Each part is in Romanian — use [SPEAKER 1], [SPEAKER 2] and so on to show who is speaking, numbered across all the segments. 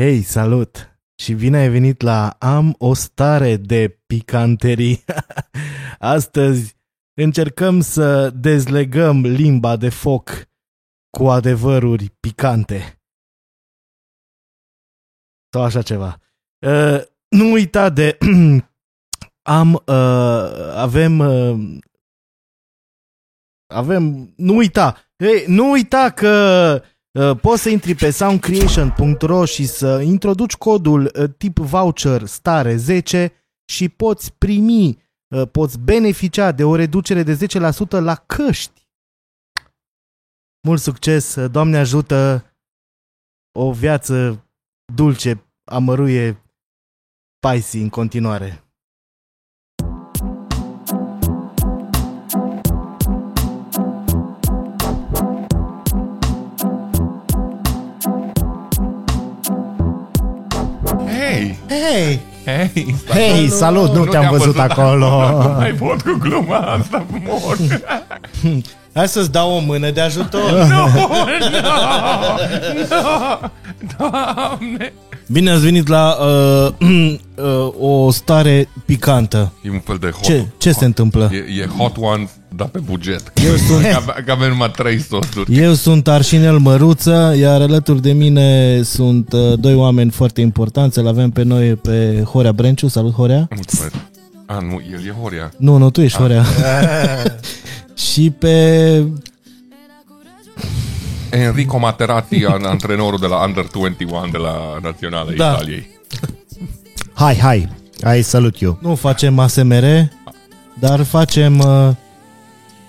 [SPEAKER 1] Hei, salut! Și bine ai venit la Am o stare de picanterii. Astăzi încercăm să dezlegăm limba de foc cu adevăruri picante. Sau așa ceva. Uh, nu uita de... am... Uh, avem... Uh, avem... Nu uita! Hei, nu uita că... Uh, poți să intri pe soundcreation.ro și să introduci codul uh, tip voucher stare 10 și poți primi, uh, poți beneficia de o reducere de 10% la căști. Mult succes, uh, Doamne ajută, o viață dulce, amăruie, spicy în continuare.
[SPEAKER 2] Hei!
[SPEAKER 1] Hei!
[SPEAKER 2] Hei!
[SPEAKER 3] Hei, salut, nu, te-am văzut, acolo.
[SPEAKER 2] Nu mai pot cu gluma asta, mor.
[SPEAKER 1] Hai să-ți dau o mână de ajutor.
[SPEAKER 2] Nu, nu, nu, doamne.
[SPEAKER 1] Bine ați venit la uh, uh, o stare picantă.
[SPEAKER 2] E un fel de hot.
[SPEAKER 1] Ce, ce se întâmplă?
[SPEAKER 2] E, e hot one, dar pe buget. Eu sunt... Că, că avem numai trei sosuri.
[SPEAKER 1] Eu sunt Arșinel Măruță, iar alături de mine sunt uh, doi oameni foarte importanți. Îl avem pe noi pe Horea Brenciu. Salut, Horea!
[SPEAKER 2] Mulțumesc. A, nu, el e Horia.
[SPEAKER 1] Nu, nu, tu ești Horea.
[SPEAKER 3] Ah.
[SPEAKER 1] Și pe...
[SPEAKER 2] Enrico Materati, an- antrenorul de la Under-21 de la Naționala
[SPEAKER 1] Da.
[SPEAKER 2] Italiei.
[SPEAKER 3] Hai, hai, hai, salut eu.
[SPEAKER 1] Nu facem ASMR, dar facem uh,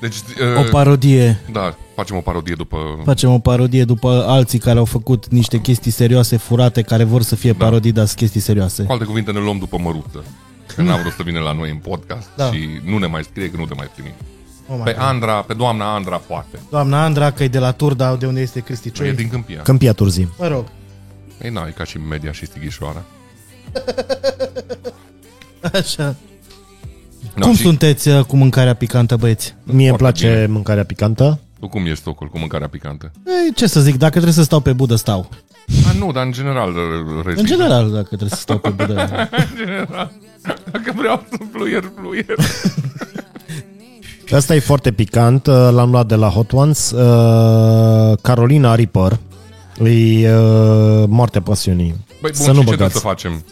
[SPEAKER 2] Deci,
[SPEAKER 1] o
[SPEAKER 2] uh,
[SPEAKER 1] parodie.
[SPEAKER 2] da, facem o parodie după...
[SPEAKER 1] Facem o parodie după alții care au făcut niște chestii serioase furate, care vor să
[SPEAKER 2] Da.
[SPEAKER 1] fie parodii, dar sunt chestii serioase.
[SPEAKER 2] Cu alte cuvinte, ne luăm după măruță. Că n-a vrut să vină la noi în podcast
[SPEAKER 1] Da.
[SPEAKER 2] și nu ne mai scrie că nu te mai primim.
[SPEAKER 1] Oh my
[SPEAKER 2] Pe
[SPEAKER 1] God.
[SPEAKER 2] Andra, pe doamna Andra poate.
[SPEAKER 1] Doamna Andra, că e de la Turda, de unde este Cristi
[SPEAKER 2] Păi E
[SPEAKER 3] Păi,
[SPEAKER 1] Cioi.
[SPEAKER 2] din Câmpia.
[SPEAKER 3] Câmpia Turzii.
[SPEAKER 1] Mă rog.
[SPEAKER 2] Ei, na, e ca și media și Stighișoara.
[SPEAKER 1] Așa.
[SPEAKER 2] Da,
[SPEAKER 1] Cum
[SPEAKER 2] și
[SPEAKER 1] sunteți uh, cu mâncarea picantă, băieți?
[SPEAKER 3] Mie îmi
[SPEAKER 2] Foarte
[SPEAKER 3] place
[SPEAKER 2] bine.
[SPEAKER 3] mâncarea picantă.
[SPEAKER 2] Tu cum ești socul cu mâncarea picantă?
[SPEAKER 1] Ei, ce să zic, dacă trebuie să stau pe budă, stau.
[SPEAKER 2] A, nu, dar în general
[SPEAKER 1] În
[SPEAKER 2] rezist.
[SPEAKER 1] general, dacă trebuie să stau pe budă.
[SPEAKER 2] În general. Dacă vreau să fluier, fluier.
[SPEAKER 3] Asta e foarte picant, uh, l-am luat de la Hot Ones. Uh, Carolina Reaper. E uh, moartea pasiunii.
[SPEAKER 2] Băi, bun,
[SPEAKER 3] să
[SPEAKER 2] și
[SPEAKER 3] nu
[SPEAKER 2] ce trebuie
[SPEAKER 3] băgați.
[SPEAKER 2] să facem?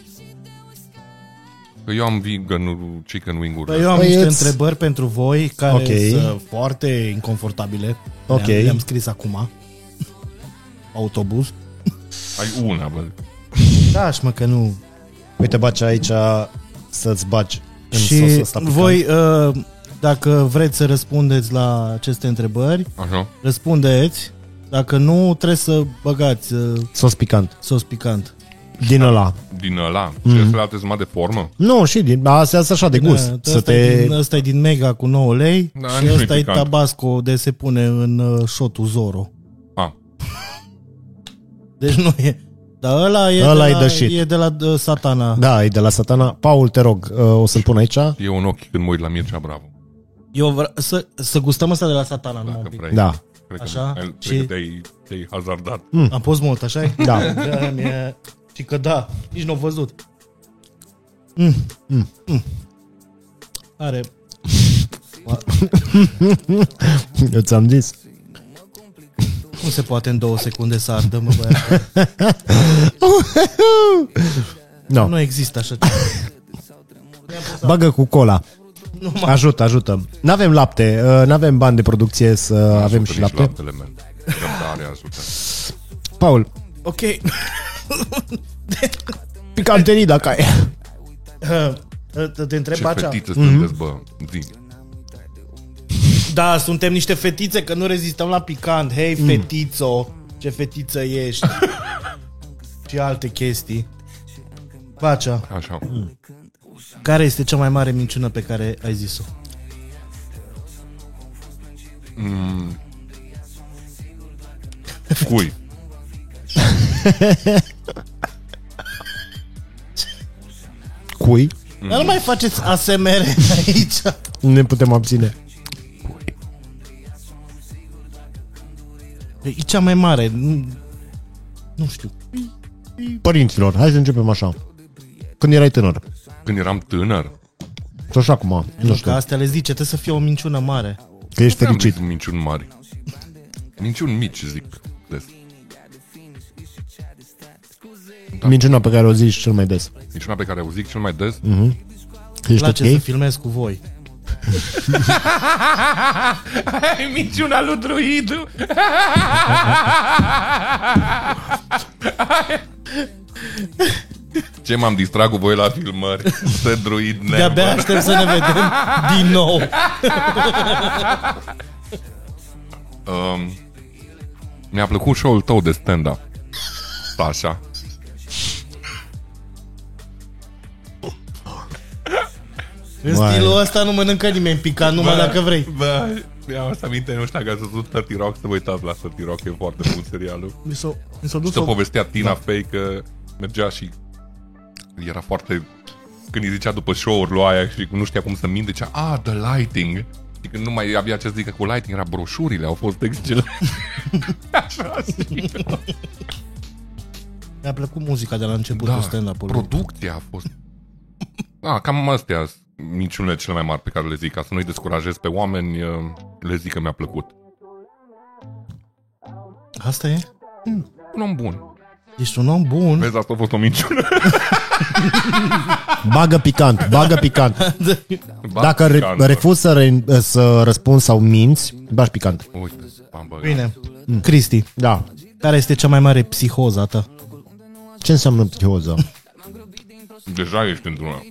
[SPEAKER 2] Că eu am vegan chicken wing-uri.
[SPEAKER 1] Păi eu am
[SPEAKER 3] Băieți.
[SPEAKER 1] niște întrebări pentru voi care
[SPEAKER 3] Ok.
[SPEAKER 1] sunt foarte inconfortabile.
[SPEAKER 3] Ok.
[SPEAKER 1] Le-am, le-am scris acum. Autobuz.
[SPEAKER 2] Ai una, bă.
[SPEAKER 1] Da, și mă că nu
[SPEAKER 3] Uite, baci aici să-ți baci în sosul
[SPEAKER 1] Și
[SPEAKER 3] ăsta picant.
[SPEAKER 1] voi, uh, dacă vreți să răspundeți la aceste întrebări,
[SPEAKER 2] Așa.
[SPEAKER 1] răspundeți. Dacă nu, trebuie să băgați uh,
[SPEAKER 3] Sos picant.
[SPEAKER 1] sos picant.
[SPEAKER 3] Din ăla.
[SPEAKER 2] Din ăla. Mm. Celelalte sunt mai de formă?
[SPEAKER 3] Nu, și din... Asta e așa de gust.
[SPEAKER 1] Da,
[SPEAKER 3] să
[SPEAKER 1] ăsta, e
[SPEAKER 3] te...
[SPEAKER 1] din, ăsta e din Mega cu 9 lei
[SPEAKER 2] Da,
[SPEAKER 1] și
[SPEAKER 2] nici nu-i
[SPEAKER 1] ăsta e
[SPEAKER 2] picant.
[SPEAKER 1] Tabasco de se pune în uh, shotul Zoro.
[SPEAKER 2] A.
[SPEAKER 1] Deci nu e... Dar ăla e,
[SPEAKER 3] Ăla
[SPEAKER 1] de,
[SPEAKER 3] e
[SPEAKER 1] la,
[SPEAKER 3] the shit.
[SPEAKER 1] e de la uh, satana.
[SPEAKER 3] Da, e de la satana. Paul, te rog, uh, o să-l pun aici.
[SPEAKER 2] Eu un ochi când mă uit la Mircea Bravo.
[SPEAKER 1] Eu vreau să, să gustăm asta de la satana. numai
[SPEAKER 2] Dacă
[SPEAKER 1] un pic.
[SPEAKER 2] vrei.
[SPEAKER 3] Da. Mm,
[SPEAKER 2] Cred
[SPEAKER 1] Așa.
[SPEAKER 2] Că,
[SPEAKER 1] Și-
[SPEAKER 2] cred că te-ai, te-ai hazardat.
[SPEAKER 1] Am pus mult, așa e?
[SPEAKER 3] Da.
[SPEAKER 1] Da, mi-e... Și că da, nici nu au văzut. Mm. Mm. Mm. Are...
[SPEAKER 3] Eu ți-am zis.
[SPEAKER 1] Cum se poate în două secunde să ardă, mă băiat?
[SPEAKER 3] No.
[SPEAKER 1] Nu există așa ceva.
[SPEAKER 3] Bagă cu cola. Ajută, ajută. N-avem lapte, uh, n-avem bani de producție să avem
[SPEAKER 2] Nici
[SPEAKER 3] și lapte.
[SPEAKER 2] laptele meu. Răbdare ajută.
[SPEAKER 3] Paul,
[SPEAKER 1] Ok.
[SPEAKER 3] picanterii dacă ai.
[SPEAKER 1] uh, Te- Te întreb
[SPEAKER 2] Ce
[SPEAKER 1] acea.
[SPEAKER 3] Mm-hmm.
[SPEAKER 2] fetițe sunteți, bă? Zi.
[SPEAKER 1] Da, suntem niște fetițe, că nu rezistăm la picant. Hei, fetițo, ce fetiță ești. și alte chestii. Pacea,
[SPEAKER 2] Așa.
[SPEAKER 3] Mm.
[SPEAKER 1] care este cea mai mare minciună pe care ai zis-o?
[SPEAKER 2] Cui?
[SPEAKER 3] Cui?
[SPEAKER 2] Mhm.
[SPEAKER 1] Dar nu mai faceți ASMR aici.
[SPEAKER 3] Ne putem abține.
[SPEAKER 1] Păi, E cea mai mare. Nu, nu știu.
[SPEAKER 3] părinților. Hai să începem așa. Când erai tânăr.
[SPEAKER 2] Când eram tânăr,
[SPEAKER 3] Sau așa acum, nu
[SPEAKER 1] Că
[SPEAKER 3] știu,
[SPEAKER 1] astea le zice, trebuie să fie o minciună mare.
[SPEAKER 3] că ești
[SPEAKER 2] am
[SPEAKER 3] fericit.
[SPEAKER 2] zis minciuni mari. Minciuni mici, zic. Des.
[SPEAKER 3] Minciuna pe care o zici cel mai des.
[SPEAKER 2] Minciuna pe care o zic cel mai des.
[SPEAKER 1] Mm.
[SPEAKER 3] Că
[SPEAKER 1] Îmi
[SPEAKER 3] ești
[SPEAKER 1] place să
[SPEAKER 3] ok?
[SPEAKER 1] filmez cu voi.
[SPEAKER 2] Minciuna lui Druidu! Ce m-am distrat cu voi la filmări? Să druid never.
[SPEAKER 1] De-abia aștept să ne vedem din nou.
[SPEAKER 2] Um, mi-a plăcut show-ul tău de stand-up. Da, Așa.
[SPEAKER 1] În
[SPEAKER 3] Vai.
[SPEAKER 1] stilul ăsta nu mănâncă nimeni picat, numai Da, dacă vrei.
[SPEAKER 2] Bă, mi-am adus aminte, nu știu dacă ați văzut 30 Rock, să vă uitați la 30 Rock, e foarte bun serialul.
[SPEAKER 1] Mi s-a mi s-a dus
[SPEAKER 2] Să
[SPEAKER 1] o...
[SPEAKER 2] povestea Tina Fey că mergea și era foarte... Când îi zicea după show-uri lui aia și nu știa cum să minte, zicea, ah, the lighting. Și când nu mai avea ce să zică cu lighting, era broșurile, au fost excelente. Așa și...
[SPEAKER 1] Mi-a plăcut muzica de la începutul
[SPEAKER 2] Da,
[SPEAKER 1] stand-up-ului.
[SPEAKER 2] producția a fost... A, cam astea sunt minciunile cele mai mari pe care le zic. Ca să nu-i descurajez pe oameni, eh, le zic că mi-a plăcut.
[SPEAKER 1] Asta e?
[SPEAKER 2] Un om bun.
[SPEAKER 1] Ești un om bun.
[SPEAKER 2] Vezi, asta a fost o minciună.
[SPEAKER 3] Bagă picant, bagă picant. Dacă re-
[SPEAKER 2] Bacantă.
[SPEAKER 3] refuzi să, re- să răspunzi sau minți, bagi picant.
[SPEAKER 2] Uite, am băgat.
[SPEAKER 1] Bine. Cristi,
[SPEAKER 3] Da.
[SPEAKER 1] care este cea mai mare psihoza ta?
[SPEAKER 3] Ce înseamnă psihoză?
[SPEAKER 2] Deja ești într-una.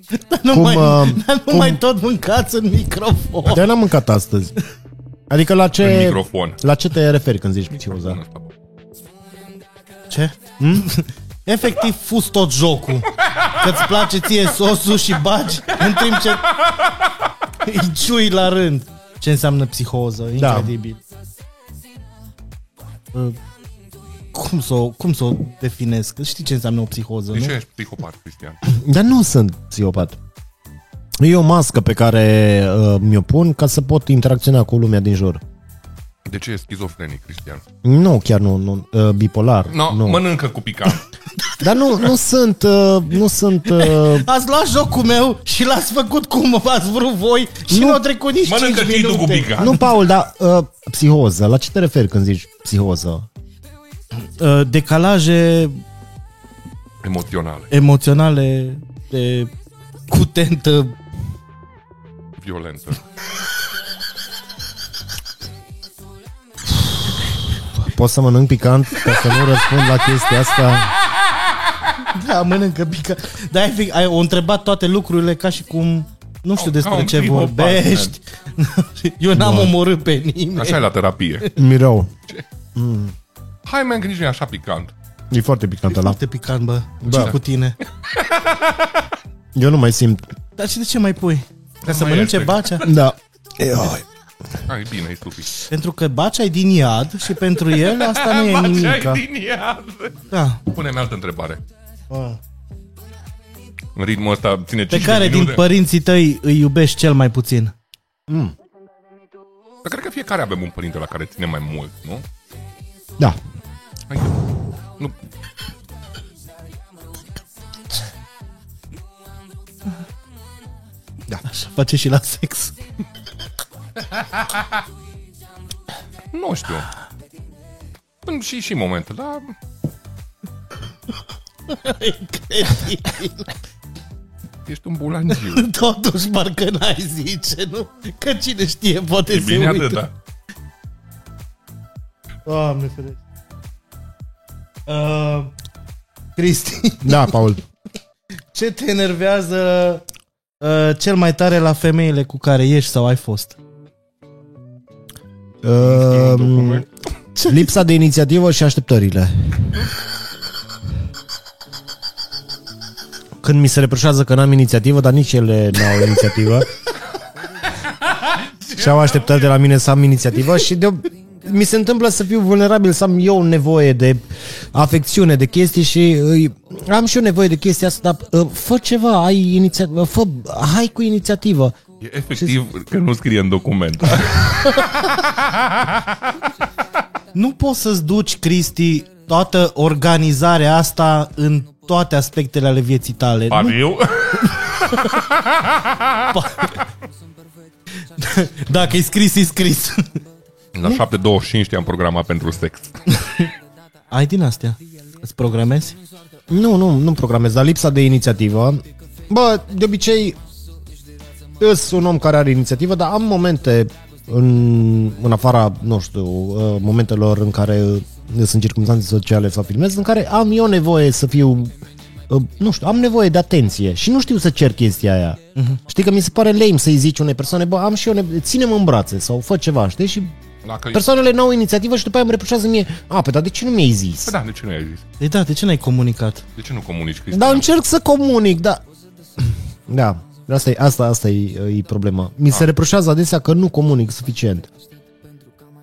[SPEAKER 1] Nu,
[SPEAKER 3] Cum,
[SPEAKER 1] mai,
[SPEAKER 3] uh,
[SPEAKER 1] nu
[SPEAKER 3] cum-
[SPEAKER 1] mai tot mâncați în microfon.
[SPEAKER 3] De n-am mâncat astăzi. Adică la
[SPEAKER 2] În
[SPEAKER 3] ce,
[SPEAKER 2] microfon.
[SPEAKER 3] la ce te referi când zici psihoză?
[SPEAKER 1] Ce? Hm? Efectiv, fus tot jocul. Că-ți place ție sosul și bagi în timp ce îi ciui la rând. Ce înseamnă psihoză?
[SPEAKER 2] Da.
[SPEAKER 1] Incredibil. Uh, Cum să, o, cum să o definesc? Că Știi ce înseamnă o psihoză,
[SPEAKER 2] De
[SPEAKER 1] nu?
[SPEAKER 2] ce ești psihopat, Cristian?
[SPEAKER 3] Dar nu sunt psihopat. E o mască pe care uh, mi-o pun ca să pot interacționa cu lumea din jur.
[SPEAKER 2] De ce ești schizofrenic, Cristian?
[SPEAKER 3] Nu, chiar nu, nu uh, bipolar.
[SPEAKER 2] No,
[SPEAKER 3] nu.
[SPEAKER 2] nu. mănâncă cu pican.
[SPEAKER 3] Dar nu, nu sunt, uh, nu sunt uh,
[SPEAKER 1] Ați luat jocul meu și l-ați făcut cum ați vrut voi și
[SPEAKER 3] Nu.
[SPEAKER 1] nu au trecut nici
[SPEAKER 2] Mănâncă
[SPEAKER 1] 5
[SPEAKER 2] și tu cu
[SPEAKER 1] minute.
[SPEAKER 2] pican.
[SPEAKER 3] Nu, Paul, dar uh, psihoză, la ce te referi când zici psihoză?
[SPEAKER 1] Uh, Decalaje
[SPEAKER 2] Emoționale,
[SPEAKER 1] emoționale de cutentă.
[SPEAKER 2] violentă.
[SPEAKER 3] Poți să mănânc picant ca să nu răspund la chestia asta?
[SPEAKER 1] Da, mănâncă pică. Dar ai, fi- ai o întrebat toate lucrurile ca și cum nu știu
[SPEAKER 2] Ca
[SPEAKER 1] despre
[SPEAKER 2] un
[SPEAKER 1] ce
[SPEAKER 2] psihopat,
[SPEAKER 1] vorbești. Eu n-am omorât pe nimeni.
[SPEAKER 2] Așa e la terapie.
[SPEAKER 3] Mirou.
[SPEAKER 1] Mm.
[SPEAKER 2] Hai, man, că nici nu e așa picant.
[SPEAKER 3] E foarte picant ăla.
[SPEAKER 1] Foarte picant, bă.
[SPEAKER 3] Da.
[SPEAKER 1] ce cu tine?
[SPEAKER 3] Eu nu mai simt.
[SPEAKER 1] Dar și de ce mai pui? Ca să
[SPEAKER 2] mai
[SPEAKER 1] mănânce
[SPEAKER 2] este.
[SPEAKER 1] bacea?
[SPEAKER 3] Da. Ioi.
[SPEAKER 2] Ai, bine, e stupid.
[SPEAKER 1] Pentru că bacea e din iad și pentru el asta nu e nimica.
[SPEAKER 2] din ea.
[SPEAKER 1] Da.
[SPEAKER 2] Pune-mi altă întrebare. În ritmul ăsta ține
[SPEAKER 1] Ah. Pe
[SPEAKER 2] 5
[SPEAKER 1] care din
[SPEAKER 2] minute.
[SPEAKER 1] părinții tăi îi iubești cel mai puțin?
[SPEAKER 2] Dar cred că fiecare avem un părinte la care ține mai mult, nu?
[SPEAKER 3] Da.
[SPEAKER 2] Hai. Nu.
[SPEAKER 1] Așa face și la sex.
[SPEAKER 2] Nu știu. Sunt și, și momente, dar... Ești un bulangiu.
[SPEAKER 1] Totuși, parcă n-ai zice, nu? Că cine știe, poate
[SPEAKER 2] E
[SPEAKER 1] se
[SPEAKER 2] bine
[SPEAKER 1] uită.
[SPEAKER 2] atâta.
[SPEAKER 1] Doamne ferește. Uh, Cristi,
[SPEAKER 3] Da, Paul.
[SPEAKER 1] ce te enervează uh, cel mai tare la femeile cu care ești sau ai fost?
[SPEAKER 2] Ehm,
[SPEAKER 3] Uh, lipsa de inițiativă și așteptările. Când mi se reproșează că n-am inițiativă, dar nici ele n-au inițiativă. și au așteptat de la mine să am inițiativă și de mi se întâmplă să fiu vulnerabil, să am eu nevoie de afecțiune, de chestii și îi, am și eu nevoie de chestia asta, dar uh, fă ceva, ai inițiativă, fă, hai cu inițiativă.
[SPEAKER 2] E efectiv că nu scrie în document.
[SPEAKER 1] nu poți să-ți duci, Cristi, toată organizarea asta în toate aspectele ale vieții tale.
[SPEAKER 2] Par
[SPEAKER 1] Nu,
[SPEAKER 2] eu?
[SPEAKER 1] dacă e scris, e scris.
[SPEAKER 2] La 7.25 știam programa pentru sex.
[SPEAKER 1] Ai din astea? Îți programezi?
[SPEAKER 3] Nu, nu, nu programez, dar lipsa de inițiativă. Bă, de obicei, eu sunt un om care are inițiativă, dar am momente în, în afara, nu știu, uh, momentelor în care uh, sunt circunstanțe sociale sau filmez, în care am eu nevoie să fiu uh, nu știu, am nevoie de atenție și nu știu să cer chestia aia. Uh-huh. Știi că mi se pare lame să-i zici unei persoane, bă, am și eu nevoie, ține-mă în brațe sau fă ceva, știi? Și
[SPEAKER 2] Dacă
[SPEAKER 3] persoanele n-au inițiativă și după aia îmi reproșează mie, a, pe dar de ce nu mi-ai zis?
[SPEAKER 2] Păi da, de ce nu ai zis?
[SPEAKER 1] Ei da, de ce n-ai comunicat?
[SPEAKER 2] De ce nu comunici, Cristi?
[SPEAKER 3] Dar încerc să comunic, da. Da, asta e, asta, asta e, e problema. Mi se reproșează adesea că nu comunic suficient.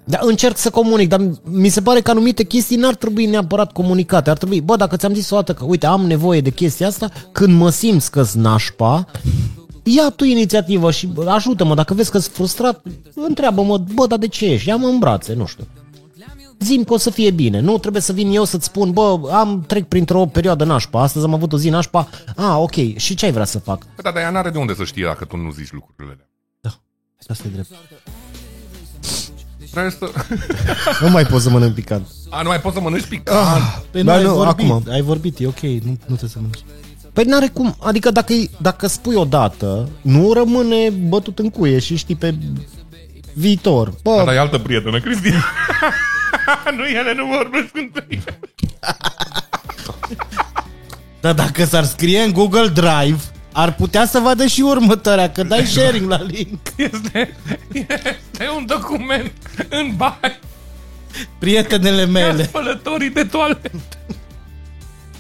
[SPEAKER 3] Dar Da, încerc să comunic, dar mi se pare că anumite chestii n-ar trebui neapărat comunicate. Ar trebui, bă, dacă ți-am zis o dată că, uite, am nevoie de chestia asta, când mă simți că-s nașpa, ia tu inițiativă și bă, ajută-mă. Dacă vezi că-s frustrat, întreabă-mă, bă, dar de ce ești? Ia-mă în brațe, nu știu zim că o să fie bine. Nu trebuie să vin eu să-ți spun, bă, am trec printr-o perioadă nașpa, astăzi am avut o zi nașpa, a, ok, și ce ai vrea să fac?
[SPEAKER 2] Păi da, dar ea n-are de unde să știe dacă tu nu zici lucrurile alea.
[SPEAKER 1] Da, asta e drept.
[SPEAKER 2] Trebuie să...
[SPEAKER 3] Nu mai pot să mănânc picant.
[SPEAKER 2] A, nu mai poți să mănânci picant.
[SPEAKER 1] Păi
[SPEAKER 3] Dar
[SPEAKER 1] nu, ai
[SPEAKER 3] nu,
[SPEAKER 1] vorbit,
[SPEAKER 3] acum.
[SPEAKER 1] ai vorbit, e ok, nu, nu trebuie să mănânci.
[SPEAKER 3] Păi n-are cum, adică dacă, dacă spui odată, nu rămâne bătut în cuie și știi pe viitor.
[SPEAKER 2] Da, Dar
[SPEAKER 3] Bă,
[SPEAKER 2] ai altă prietenă, Cristi. nu, ele nu vorbesc întâi.
[SPEAKER 1] Dar dacă s-ar scrie în Google Drive, ar putea să vadă și următoarea, că dai sharing la link.
[SPEAKER 2] Este, este un document în bani.
[SPEAKER 1] Prietenele mele.
[SPEAKER 2] Spălătorii de toaletă.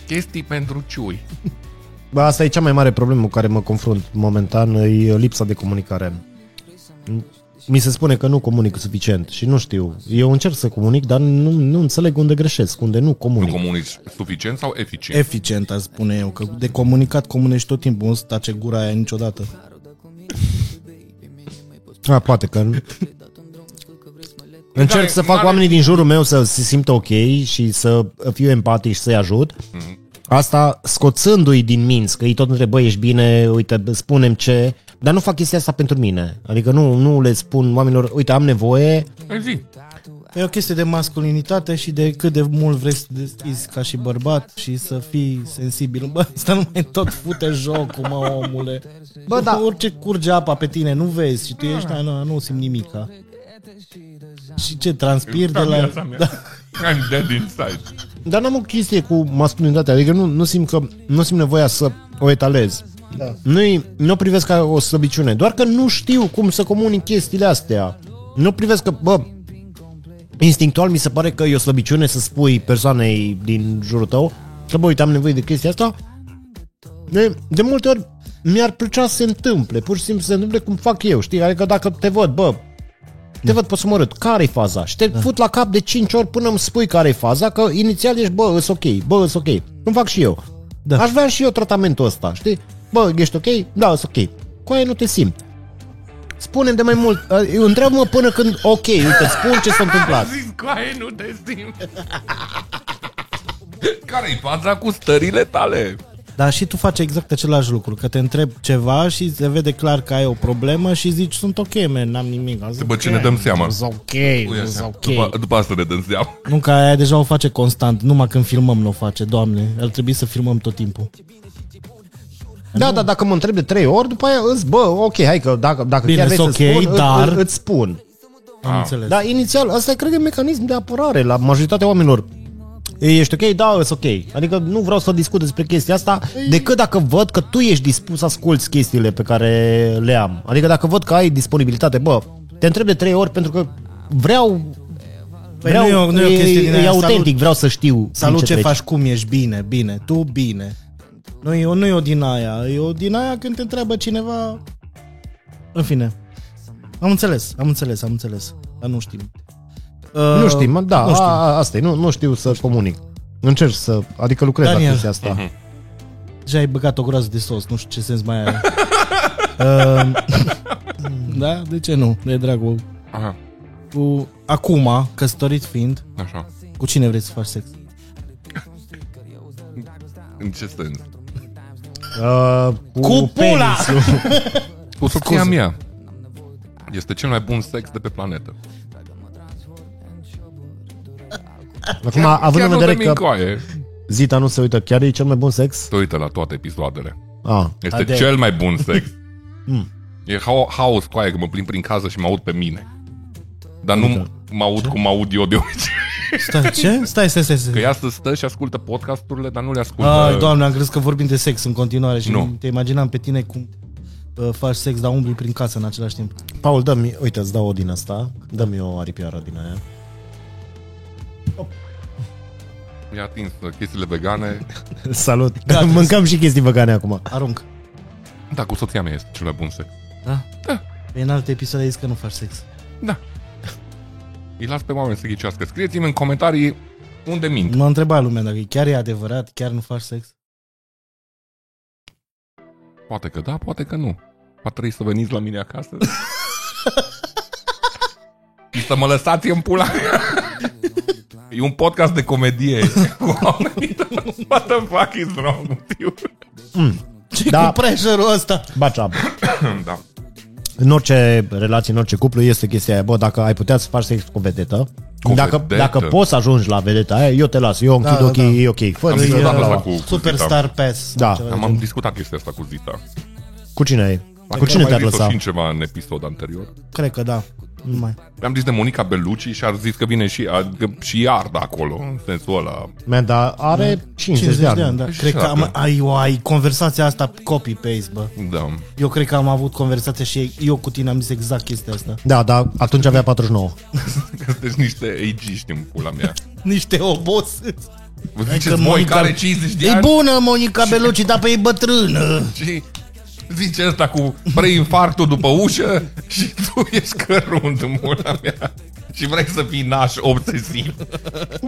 [SPEAKER 2] Chestii pentru ciui.
[SPEAKER 3] bă, asta e cea mai mare problemă cu care mă confrunt momentan, e lipsa de comunicare. Mi se spune că nu comunic suficient și nu știu. Eu încerc să comunic, dar nu, nu înțeleg unde greșesc, unde nu comunic.
[SPEAKER 2] Nu comunici suficient sau eficient?
[SPEAKER 1] Eficient, aș spune eu, că de comunicat comunici tot timpul, nu stace gura aia niciodată.
[SPEAKER 3] A, Ah, poate că... Încerc să fac
[SPEAKER 2] mare-
[SPEAKER 3] oamenii din jurul meu să se simtă ok și să fiu empatic și să-i ajut. Asta scoțându-i din minți, că ei tot întreb, bă, ești bine, uite, spunem ce... Dar nu fac chestia asta pentru mine. Adică nu, nu le spun oamenilor, uite, am nevoie,
[SPEAKER 2] Ei, zi.
[SPEAKER 1] E o chestie de masculinitate și de cât de mult vrei să deschizi ca și bărbat și să fii sensibil. Bă, asta nu mai tot fute jocul, mă, omule. Bă, da. Ah. Orice curge apa pe tine, nu vezi și tu ești, "A, nu, nu simt nimica. Și ce, transpir de
[SPEAKER 2] Da,
[SPEAKER 1] la...
[SPEAKER 2] viața mea. I'm dead inside.
[SPEAKER 3] Dar n-am o chestie cu masculinitatea, adică nu, nu simt că nu simt nevoia să o etalez. Da. Nu-i, nu o privesc ca o slăbiciune, doar că nu știu cum să comunic chestiile astea. Nu privesc că, bă, instinctual mi se pare că e o slăbiciune să spui persoanei din jurul tău că, bă, uite, am nevoie de chestia asta. De, de multe ori mi-ar plăcea să se întâmple, pur și simplu să se întâmple cum fac eu, știi? Adică dacă te văd, bă, te văd, pot să mă râd. Care-i faza? Și te fut la cap de 5 ori până îmi spui care-i faza, că inițial ești, bă, îs ok, bă, îs ok. Cum fac și eu.
[SPEAKER 1] Da.
[SPEAKER 3] Da. Aș vrea și eu tratamentul ăsta, știi? Bă, ești ok? Da, îs ok. Cu aia nu te simt. Spune-mi de mai mult, uh, întreabă-mă până când, ok, uite, spun ce s-a întâmplat.
[SPEAKER 2] Zis coaie, nu te simt. Care-i faza cu stările tale?
[SPEAKER 1] Dar și tu faci exact același lucru, că te întreb ceva și se vede clar că ai o problemă și zici, sunt ok, man, n-am nimic. Am zis,
[SPEAKER 2] După ce ne dăm seama.
[SPEAKER 3] Îs ok,
[SPEAKER 2] Ui,
[SPEAKER 3] îs
[SPEAKER 2] așa.
[SPEAKER 3] ok.
[SPEAKER 2] După, după asta ne dăm seama.
[SPEAKER 1] Nu, că aia deja o face constant, numai când filmăm nu o face, doamne, ar trebui să filmăm tot timpul.
[SPEAKER 3] Da, da, dacă mă întreb de trei ori, după aia îți, bă, ok, hai că dacă, dacă
[SPEAKER 1] Bine,
[SPEAKER 3] chiar vrei
[SPEAKER 1] sunt
[SPEAKER 3] să
[SPEAKER 1] ok,
[SPEAKER 3] spun, î-
[SPEAKER 1] dar-
[SPEAKER 3] î- îți spun.
[SPEAKER 1] Am
[SPEAKER 2] Ah.
[SPEAKER 1] înțeles.
[SPEAKER 3] Dar inițial, asta e, cred că, mecanism de apărare la majoritatea oamenilor. Ești ok? Da, sunt ok. Adică nu vreau să discut despre chestia asta decât dacă văd că tu ești dispus să asculți chestiile pe care le am. Adică dacă văd că ai disponibilitate, bă, te întreb de trei ori pentru că vreau...
[SPEAKER 1] Păi nu e o- nu e o chestie din
[SPEAKER 3] e,
[SPEAKER 1] aia,
[SPEAKER 3] e autentic,
[SPEAKER 1] salut.
[SPEAKER 3] vreau să știu prin
[SPEAKER 1] Salut ce,
[SPEAKER 3] treci.
[SPEAKER 1] faci, cum ești, bine, bine, tu bine. Nu e, o- nu e o din aia, e o din aia când te întreabă cineva... În fine, am înțeles, am înțeles, am înțeles, dar nu știm. Uh,
[SPEAKER 3] Nu știm, mă, da,
[SPEAKER 1] nu știm.
[SPEAKER 3] A, a- asta e, nu, nu știu să comunic. Încerc să, adică lucrez
[SPEAKER 1] Daniel.
[SPEAKER 3] la chestia asta.
[SPEAKER 2] Mhm.
[SPEAKER 1] Deja ai băgat o groază de sos, nu știu ce sens mai are. Ehm, uh, da, de ce nu, de dragul
[SPEAKER 2] Aha.
[SPEAKER 1] cu, acum, căsătorit fiind,
[SPEAKER 2] Așa.
[SPEAKER 1] cu cine vrei să faci sex?
[SPEAKER 2] În ce sens?
[SPEAKER 3] Uh, cu,
[SPEAKER 1] Cu pula!
[SPEAKER 3] penisul.
[SPEAKER 2] Cu soția mea. Este cel mai bun sex de pe planetă.
[SPEAKER 3] Acum, având
[SPEAKER 2] Chiar
[SPEAKER 3] în
[SPEAKER 2] nu
[SPEAKER 3] vedere
[SPEAKER 2] dăm
[SPEAKER 3] că
[SPEAKER 2] încoace.
[SPEAKER 3] Zita nu se uită, chiar e cel mai bun sex?
[SPEAKER 2] Te uită la toate episoadele.
[SPEAKER 3] Ah.
[SPEAKER 2] Este
[SPEAKER 1] Adel.
[SPEAKER 2] cel mai bun sex.
[SPEAKER 3] Mm.
[SPEAKER 2] E hao- haos cu aia că mă plimb prin casă și mă aud pe mine. Dar nu
[SPEAKER 3] Adică-
[SPEAKER 2] mă aud cum aud eu de obicei.
[SPEAKER 1] Stai, ce? Stai, stai, stai.
[SPEAKER 2] Că
[SPEAKER 1] stai.
[SPEAKER 2] ea să stă și ascultă podcasturile, dar nu le ascultă.
[SPEAKER 1] Ai, doamne, am crezut că vorbim de sex în continuare și
[SPEAKER 2] Nu.
[SPEAKER 1] nu. te imaginam pe tine cum uh, faci sex, dar umbli prin casă în același timp.
[SPEAKER 3] Paul, dă-mi, uite, îți dau o din asta. Dă-mi o aripioară din aia.
[SPEAKER 2] Mi-a atins uh, chestiile vegane.
[SPEAKER 3] Salut!
[SPEAKER 1] Gata.
[SPEAKER 3] Mâncăm și chestii vegane acum.
[SPEAKER 1] Arunc.
[SPEAKER 2] Da, cu soția mea este cel mai bun sex.
[SPEAKER 1] Da? Da. Pe în alte episoade ai zis că nu faci sex.
[SPEAKER 2] Da. Îi las pe oameni să ghicească. Scrieți-mi în comentarii unde mint.
[SPEAKER 1] M-a întrebat lumea dacă chiar e adevărat, chiar nu faci sex.
[SPEAKER 2] Poate că da, poate că nu. Va trebui să veniți la mine acasă. și să mă lăsați în pula mea. E un podcast de comedie cu oamenii. What the fuck is wrong with you?
[SPEAKER 1] ce
[SPEAKER 3] Da.
[SPEAKER 1] da. cu pressure-ul ăsta?
[SPEAKER 3] Bacea.
[SPEAKER 2] da.
[SPEAKER 3] În orice relație, în orice cuplu, este chestia aia. Bă, dacă ai putea să faci sex cu o vedetă,
[SPEAKER 2] Cu
[SPEAKER 3] dacă,
[SPEAKER 2] vedetă.
[SPEAKER 3] dacă poți să ajungi la vedeta aia, eu te las, eu închid
[SPEAKER 1] da,
[SPEAKER 3] ochii,
[SPEAKER 1] da.
[SPEAKER 3] e ok. Fă,
[SPEAKER 2] Am da,
[SPEAKER 3] e,
[SPEAKER 2] discutat
[SPEAKER 3] la-
[SPEAKER 2] asta
[SPEAKER 3] la-
[SPEAKER 2] cu, cu Zita.
[SPEAKER 1] Superstar Pass. Ceva
[SPEAKER 3] Da.
[SPEAKER 1] de
[SPEAKER 2] Am,
[SPEAKER 1] genul.
[SPEAKER 2] am discutat chestia asta cu Zita.
[SPEAKER 3] cu cine ai? Cu
[SPEAKER 2] Am
[SPEAKER 3] cine
[SPEAKER 2] mai
[SPEAKER 3] te-ar
[SPEAKER 2] zis-o
[SPEAKER 3] lăsa?
[SPEAKER 2] și în ceva în episod anterior.
[SPEAKER 1] Cred că da. Nu mai.
[SPEAKER 2] Am zis de Monica Bellucci și ar zis că vine și, adică, și iarda acolo, în sensul ăla.
[SPEAKER 3] Man, dar are 50 de ani.
[SPEAKER 1] da.
[SPEAKER 2] Și
[SPEAKER 1] Cred că
[SPEAKER 2] șapte.
[SPEAKER 1] am, ai, o- ai conversația asta copy-paste, bă.
[SPEAKER 2] Da.
[SPEAKER 1] Eu cred că am avut conversația și eu cu tine am zis exact chestia asta.
[SPEAKER 3] Da, dar atunci avea 49.
[SPEAKER 2] Că sunteți niște eigiști în pula mea.
[SPEAKER 1] Niște obos.
[SPEAKER 2] Vă ziceți
[SPEAKER 1] Adică
[SPEAKER 2] voi
[SPEAKER 1] Monica-
[SPEAKER 2] care 50 de
[SPEAKER 1] E
[SPEAKER 2] ani
[SPEAKER 1] bună Monica Bellucci, dar pe e bătrână.
[SPEAKER 2] și zice asta cu preinfarctul după ușă și tu ești cărunt în pula mea. Și vrei să fii naș obsesiv.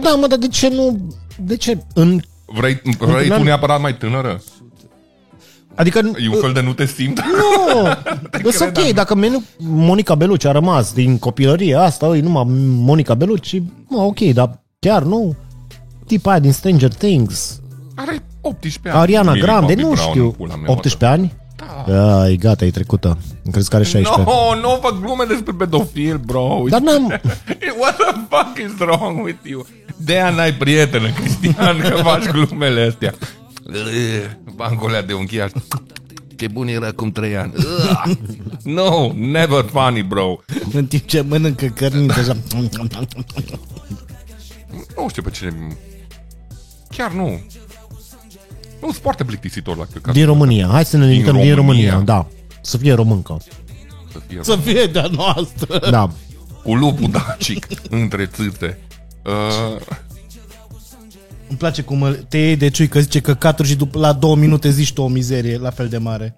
[SPEAKER 3] Da, mă, dar de ce nu... De ce? În...
[SPEAKER 2] Vrei, vrei tu neapărat mai tânără?
[SPEAKER 3] Adică... Nu!
[SPEAKER 2] E un fel de nu te simt?
[SPEAKER 3] Îs ok, dacă meniu Monica Beluci a rămas din copilărie asta, e numai Monica Beluci, mă, ok, dar chiar nu? Tipa aia din Stranger Things,
[SPEAKER 2] Are 18 ani.
[SPEAKER 3] Ariana
[SPEAKER 2] Da, Millie
[SPEAKER 3] Grande,
[SPEAKER 2] Bobby
[SPEAKER 3] nu
[SPEAKER 2] Brown, în
[SPEAKER 3] știu,
[SPEAKER 2] pula mea,
[SPEAKER 3] 18 ani?
[SPEAKER 2] Da.
[SPEAKER 3] Da. E gata, e trecută. Crezi că are 16.
[SPEAKER 2] No, nu fac glume despre pedofil, bro.
[SPEAKER 3] Dar n-am...
[SPEAKER 2] What the fuck is wrong with you? de n-ai prietenă, Cristian, că faci glumele astea. Bangolea de unchiaș. Ce bun era acum trei ani. Ugh. No, never funny, bro.
[SPEAKER 1] În timp ce mănâncă cărnii deja.
[SPEAKER 2] Nu știu pe cine... Chiar nu. Nu sunt foarte plictisitor la căcat.
[SPEAKER 3] Din România, hai să ne limităm din,
[SPEAKER 2] România.
[SPEAKER 3] România, da. Să fie româncă.
[SPEAKER 2] Să fie
[SPEAKER 1] Să fie de-a noastră.
[SPEAKER 3] Da.
[SPEAKER 2] Cu lupul dacic între țâțe. Uh,
[SPEAKER 1] Îmi place cum îl- te iei de ciui că zice căcaturi și după, la două minute zici tu o mizerie la fel de mare.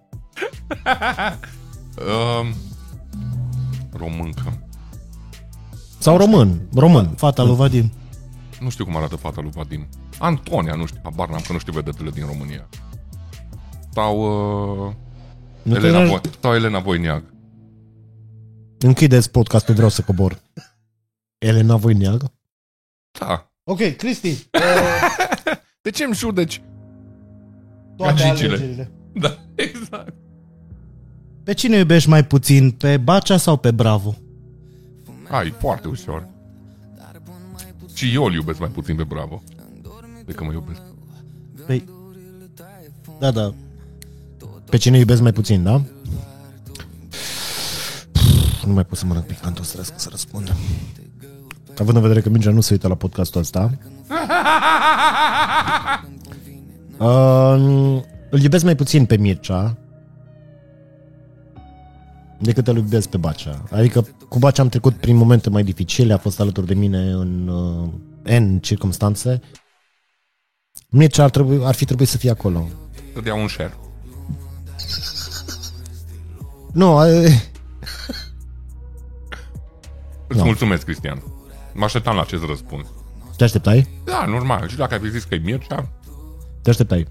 [SPEAKER 2] uh, româncă.
[SPEAKER 3] Sau român, român.
[SPEAKER 1] Fata lui Vadim.
[SPEAKER 2] Nu știu cum arată fata lui Vadim. Antonia, nu știu, habar n-am că nu știu vedetele din România. Sau, uh,
[SPEAKER 3] Nu te
[SPEAKER 2] Elena,
[SPEAKER 3] lași-
[SPEAKER 2] Vo- sau Elena Voiniac.
[SPEAKER 3] Închideți podcastul, vreau să cobor. Elena Voineag?
[SPEAKER 2] Da.
[SPEAKER 1] Ok, Cristi,
[SPEAKER 2] De ce deci? îmi judeci?
[SPEAKER 1] toate
[SPEAKER 2] Gagicile.
[SPEAKER 1] alegerile.
[SPEAKER 2] Da, exact.
[SPEAKER 1] Pe cine iubești mai puțin, pe Bacea sau pe Bravo?
[SPEAKER 2] Ai, foarte ușor. Și eu îl iubesc mai puțin pe Bravo. De că mă iubesc.
[SPEAKER 1] Păi... Da, da.
[SPEAKER 3] Pe cine iubesc mai puțin, da? Pff, Nu mai pot să mănânc picantul, să să răspund. Având în vedere că mingea nu se uită la podcastul ăsta, uh, îl iubesc mai puțin pe Mircea decât îl iubesc pe Bacea. Adică cu Bacea am trecut prin momente mai dificile, a fost alături de mine în uh, N circumstanțe. Mircea ar, trebui, ar fi trebuit să fie acolo.
[SPEAKER 2] Să dea un share.
[SPEAKER 3] Nu, uh,
[SPEAKER 2] Îți da. mulțumesc, Cristian. Mă așteptam la acest răspuns.
[SPEAKER 3] te așteptai?
[SPEAKER 2] Da, normal. Și dacă ai fi zis că e Mircea,
[SPEAKER 3] Te așteptai.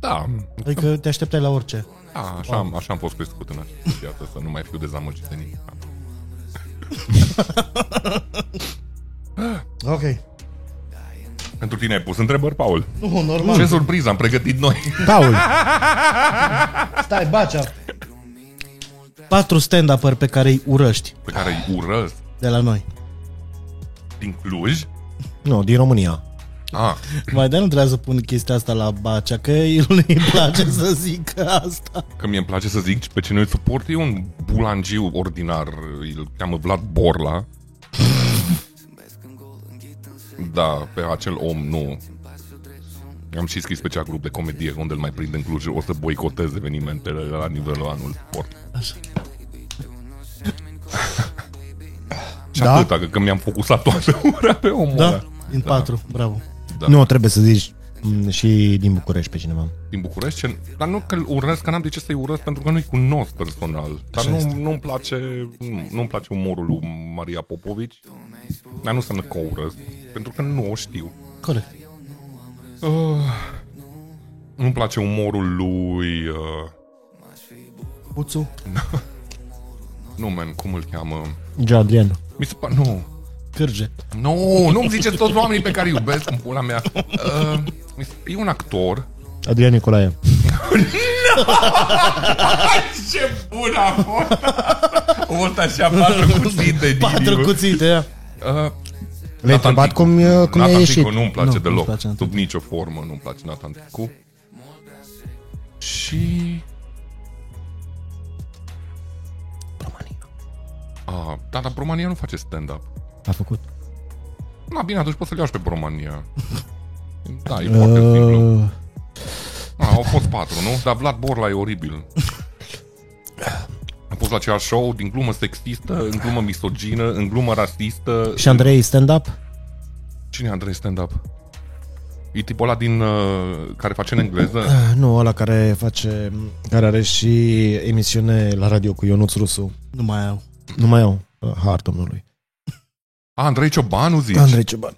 [SPEAKER 2] da,
[SPEAKER 1] Adică te așteptai la orice.
[SPEAKER 2] da așa, am, așa am fost crescut în această viață, să nu mai fiu dezamăgit de nimic.
[SPEAKER 1] Ok.
[SPEAKER 2] Pentru tine ai pus întrebări, Paul.
[SPEAKER 1] Nu, normal.
[SPEAKER 2] Ce surpriză am pregătit noi.
[SPEAKER 3] Paul,
[SPEAKER 1] Stai, bacea. Patru stand-up-uri pe care îi urăști
[SPEAKER 2] Pe care îi urăsc
[SPEAKER 1] de la noi.
[SPEAKER 2] din Cluj.
[SPEAKER 3] nu, din România.
[SPEAKER 2] Ah,
[SPEAKER 1] Mai de nu trebuie să pun chestia asta la bacea, că el nu-i place să zic asta.
[SPEAKER 2] că mie îmi place să zic pe cine îl suport. E un bulangiu ordinar. Îl cheamă Vlad Borla. Da, pe acel om nu. Am și scris pe cea grup de comedie unde îl mai prind în Cluj. O să boicotez evenimentele la nivelul anul port. Și da?
[SPEAKER 3] Da?
[SPEAKER 2] atâta, că, că mi-am focusat toată ura pe omul
[SPEAKER 1] Da?
[SPEAKER 2] ăla.
[SPEAKER 1] Din patru, bravo.
[SPEAKER 2] Da.
[SPEAKER 3] Nu, trebuie să zici m, și din București pe cineva.
[SPEAKER 2] din București, ce- dar nu că-l urăsc, că n-am de ce să-i urăsc pentru că nu-i cunosc personal. Dar
[SPEAKER 3] Așa
[SPEAKER 2] nu,
[SPEAKER 3] este.
[SPEAKER 2] nu-mi place, nu, nu-mi place umorul lui Maria Popovici, dar nu înseamnă că o urăsc, pentru că nu o știu.
[SPEAKER 1] Corect.
[SPEAKER 2] Uh, nu-mi place umorul lui, uh,
[SPEAKER 1] Puțu.
[SPEAKER 2] nu men, cum îl cheamă?
[SPEAKER 3] Gea Adrian.
[SPEAKER 2] Mi se pare, nu,
[SPEAKER 1] Cârge.
[SPEAKER 2] nu, nu-mi ziceți toți oamenii pe care îi iubesc în pula mea. Uh, mi se- e un actor.
[SPEAKER 3] Adrian Nicolae.
[SPEAKER 2] Ce bun a fost! A fost așa patru cuțite din
[SPEAKER 1] Patru cuțite, ia.
[SPEAKER 2] Uh,
[SPEAKER 3] Le-ai întrebat cum, uh, cum
[SPEAKER 2] Nathan
[SPEAKER 3] i-a ieșit?
[SPEAKER 2] Tico nu-mi place
[SPEAKER 1] Nu,
[SPEAKER 2] nu,
[SPEAKER 1] nu-mi
[SPEAKER 2] deloc.
[SPEAKER 1] place Nathan
[SPEAKER 2] Sub nicio formă nu-mi place Nathan Tico. Și... Bromania. Ah, da, dar Bromania nu face stand-up.
[SPEAKER 3] A făcut.
[SPEAKER 2] Na, bine, atunci pot să-l iau și pe Bromania. Da, e foarte simplu.
[SPEAKER 3] Uh,
[SPEAKER 2] Ah, au fost patru, nu? Dar Vlad Borla e oribil. Am pus la același show din glumă sexistă, în glumă misogină, în glumă rasistă.
[SPEAKER 3] și Andrei stand-up?
[SPEAKER 2] Cine e Andrei stand-up? E tipul ăla din, uh, care face în engleză?
[SPEAKER 3] Uh, Nu, ăla care face, care are și emisiune la radio cu Ionuț Rusu.
[SPEAKER 1] Nu mai au.
[SPEAKER 3] Nu mai au uh, har domnului.
[SPEAKER 2] A, Andrei Ciobanu zici?
[SPEAKER 3] Andrei Cioban.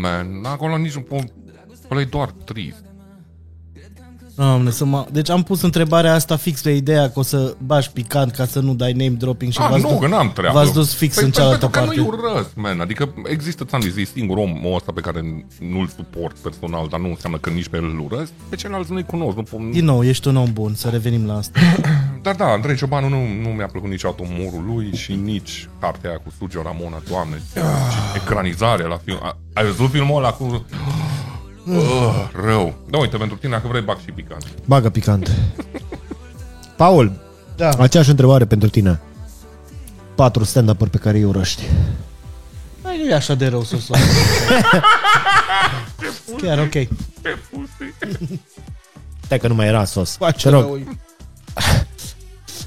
[SPEAKER 2] Man, acolo nici nu pun... Acolo e doar trist.
[SPEAKER 1] Doamne, să mă... Deci am pus întrebarea asta fix pe ideea că o să bași picant ca să nu dai name dropping și
[SPEAKER 2] A,
[SPEAKER 1] v-ați
[SPEAKER 2] Ah, nu,
[SPEAKER 1] dus-
[SPEAKER 2] că n-am treabă.
[SPEAKER 1] Ah,
[SPEAKER 2] Păi,
[SPEAKER 1] v-ați dus fix în cealaltă
[SPEAKER 2] Pentru că
[SPEAKER 1] parte.
[SPEAKER 2] nu-i urăsc, man. Adică există, ți-am zis, e singur omul ăsta pe care nu-l suport personal, dar nu înseamnă că nici pe el îl urăsc. Pe ceilalți nu-i cunosc. Nu, pun-
[SPEAKER 1] Din nou, ești un om bun, să revenim la asta.
[SPEAKER 2] Dar da, Andrei Ciobanu nu, nu mi-a plăcut nici automorul lui și nici cartea aia cu Sergio Ramona, doamne. Și Ecranizarea la film. A- Ai văzut filmul ăla cu...
[SPEAKER 1] Mm.
[SPEAKER 2] Uh, rău. Da, uite, pentru tine, dacă vrei, bag și picant.
[SPEAKER 3] Bagă picant. Paul,
[SPEAKER 1] Da.
[SPEAKER 3] aceeași întrebare pentru tine. Patru stand-up-uri pe care îi urăști.
[SPEAKER 1] Mai nu e așa de rău să soare. Chiar ok.
[SPEAKER 3] Stai că nu mai era sos.
[SPEAKER 1] Face
[SPEAKER 3] Te rog,
[SPEAKER 1] rău.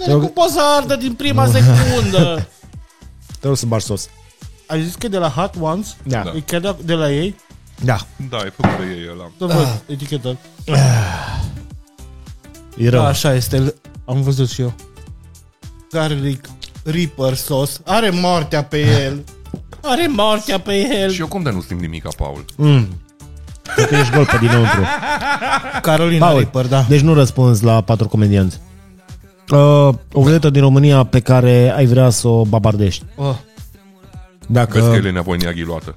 [SPEAKER 1] Dar cum poți să ardă din prima secundă?
[SPEAKER 3] te rog să bagi sos.
[SPEAKER 1] Ai zis că e de la Hot Ones?
[SPEAKER 3] Da.
[SPEAKER 1] E chiar de, de la ei?
[SPEAKER 3] Da.
[SPEAKER 2] Da, e făcut de ei ăla.
[SPEAKER 1] Să văd eticheta.
[SPEAKER 3] E rău.
[SPEAKER 1] Da, așa este. Am văzut și eu. Garlic Reaper Sauce. Are moartea pe el. Are moartea pe el.
[SPEAKER 2] Și eu cum de nu simt nimic, Paul?
[SPEAKER 3] Mm. Cred că ești gol pe dinăuntru.
[SPEAKER 1] Carolina
[SPEAKER 3] Paul,
[SPEAKER 1] Reaper, da.
[SPEAKER 3] deci nu răspunzi la patru comedianți. Uh, o vedetă din România pe care ai vrea să o babardești.
[SPEAKER 1] Oh,
[SPEAKER 3] Dacă...
[SPEAKER 1] Da.
[SPEAKER 2] Vezi că el e nevoie ghiloată.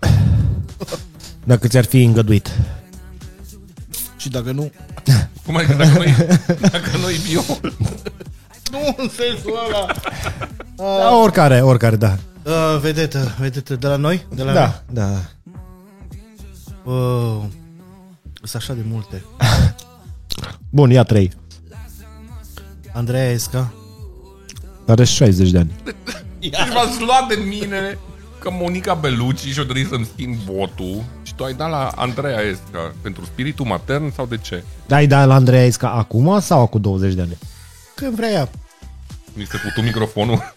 [SPEAKER 3] Dacă ți-ar fi îngăduit.
[SPEAKER 1] și dacă nu...
[SPEAKER 2] Cum adică dacă noi, dacă noi viol?
[SPEAKER 1] Nu în sensul ăla.
[SPEAKER 3] Da, oricare, oricare, da.
[SPEAKER 1] Uh, vedetă, vedetă, de la noi? De la
[SPEAKER 3] Da, da.
[SPEAKER 1] noi? Uh, sunt așa de multe.
[SPEAKER 3] Bun, ia trei.
[SPEAKER 1] Andreea Esca.
[SPEAKER 3] Are 60 de ani.
[SPEAKER 2] Deci v-ați luat de mine că Monica Bellucci și-o dori să-mi schimb votul și tu ai dat la Andreea Esca pentru spiritul matern sau de ce?
[SPEAKER 3] Da, da, la Andreea Isca acum sau cu 20 de ani?
[SPEAKER 1] Când vrea ea.
[SPEAKER 2] Mi se putu microfonul?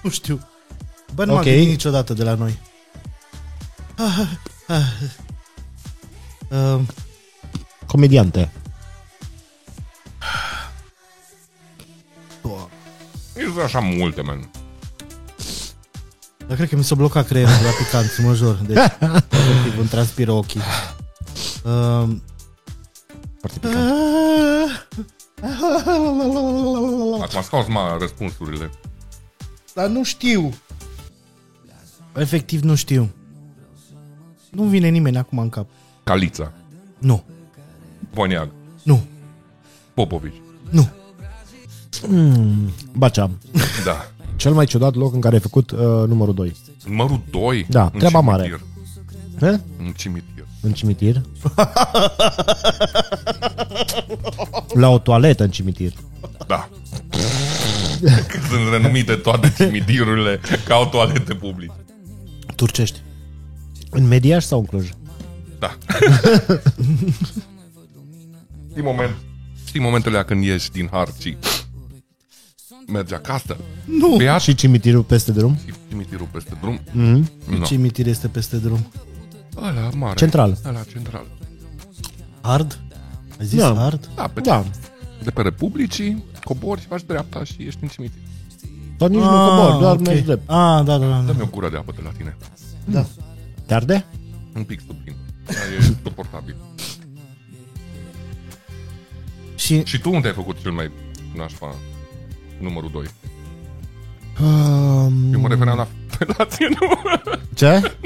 [SPEAKER 1] Nu știu. Bă, nu okay.
[SPEAKER 3] Ok.
[SPEAKER 1] m-am gândit niciodată de la noi. Ah, ah, ah. Um,
[SPEAKER 3] Comediante.
[SPEAKER 1] doamne.
[SPEAKER 2] Sunt așa multe, man.
[SPEAKER 1] Dar cred că mi s-a blocat creierul de la picant, mă jur. Deci, efectiv, îmi transpiră ochii. Um,
[SPEAKER 3] Foarte pic.
[SPEAKER 1] ah,
[SPEAKER 2] Acum scos, mă, răspunsurile.
[SPEAKER 1] dar nu știu. Efectiv nu știu. Nu vine nimeni acum în cap.
[SPEAKER 2] Calița,
[SPEAKER 1] Nu,
[SPEAKER 2] Voneag,
[SPEAKER 1] nu,
[SPEAKER 2] Popovici.
[SPEAKER 1] nu.
[SPEAKER 3] Bacea.
[SPEAKER 2] Da.
[SPEAKER 3] Cel mai ciudat loc în care ai făcut uh, numărul 2.
[SPEAKER 2] Numărul 2?
[SPEAKER 3] Da, treaba mare. Eh?
[SPEAKER 2] În cimitir.
[SPEAKER 3] În cimitir? La o toaletă în cimitir.
[SPEAKER 2] Da. Că Sunt renumite toate cimitirurile ca au toalete publice.
[SPEAKER 1] Turcești.
[SPEAKER 3] În Mediaș sau în Cluj?
[SPEAKER 2] Da. Din moment. Știi momentele când ieși din harci. Mergi acasă.
[SPEAKER 1] Nu.
[SPEAKER 2] Beat și
[SPEAKER 3] Păi Și cimitirul peste drum?
[SPEAKER 2] cimitirul peste drum.
[SPEAKER 3] Mhm.
[SPEAKER 1] No.
[SPEAKER 2] No.
[SPEAKER 1] Cimitir este peste drum.
[SPEAKER 2] Ăla mare.
[SPEAKER 3] Central.
[SPEAKER 2] Ăla central.
[SPEAKER 1] Hard? Ai zis
[SPEAKER 3] Da.
[SPEAKER 1] hard?
[SPEAKER 2] Da, pe
[SPEAKER 3] Da.
[SPEAKER 2] de pe Republicii, cobori și faci dreapta și ești în cimitir.
[SPEAKER 3] Dar nici nu cobor, doar mergi drept.
[SPEAKER 1] Ah, da, da, da. da.
[SPEAKER 2] Dă-mi o gură de apă de la tine.
[SPEAKER 3] Te arde?
[SPEAKER 2] Un pic subțin. Dar e suportabil.
[SPEAKER 1] Și
[SPEAKER 2] Și tu unde ai făcut cel mai nașpa numărul 2?
[SPEAKER 3] Um,
[SPEAKER 2] Eu mă refeream la felație, nu?
[SPEAKER 3] ce?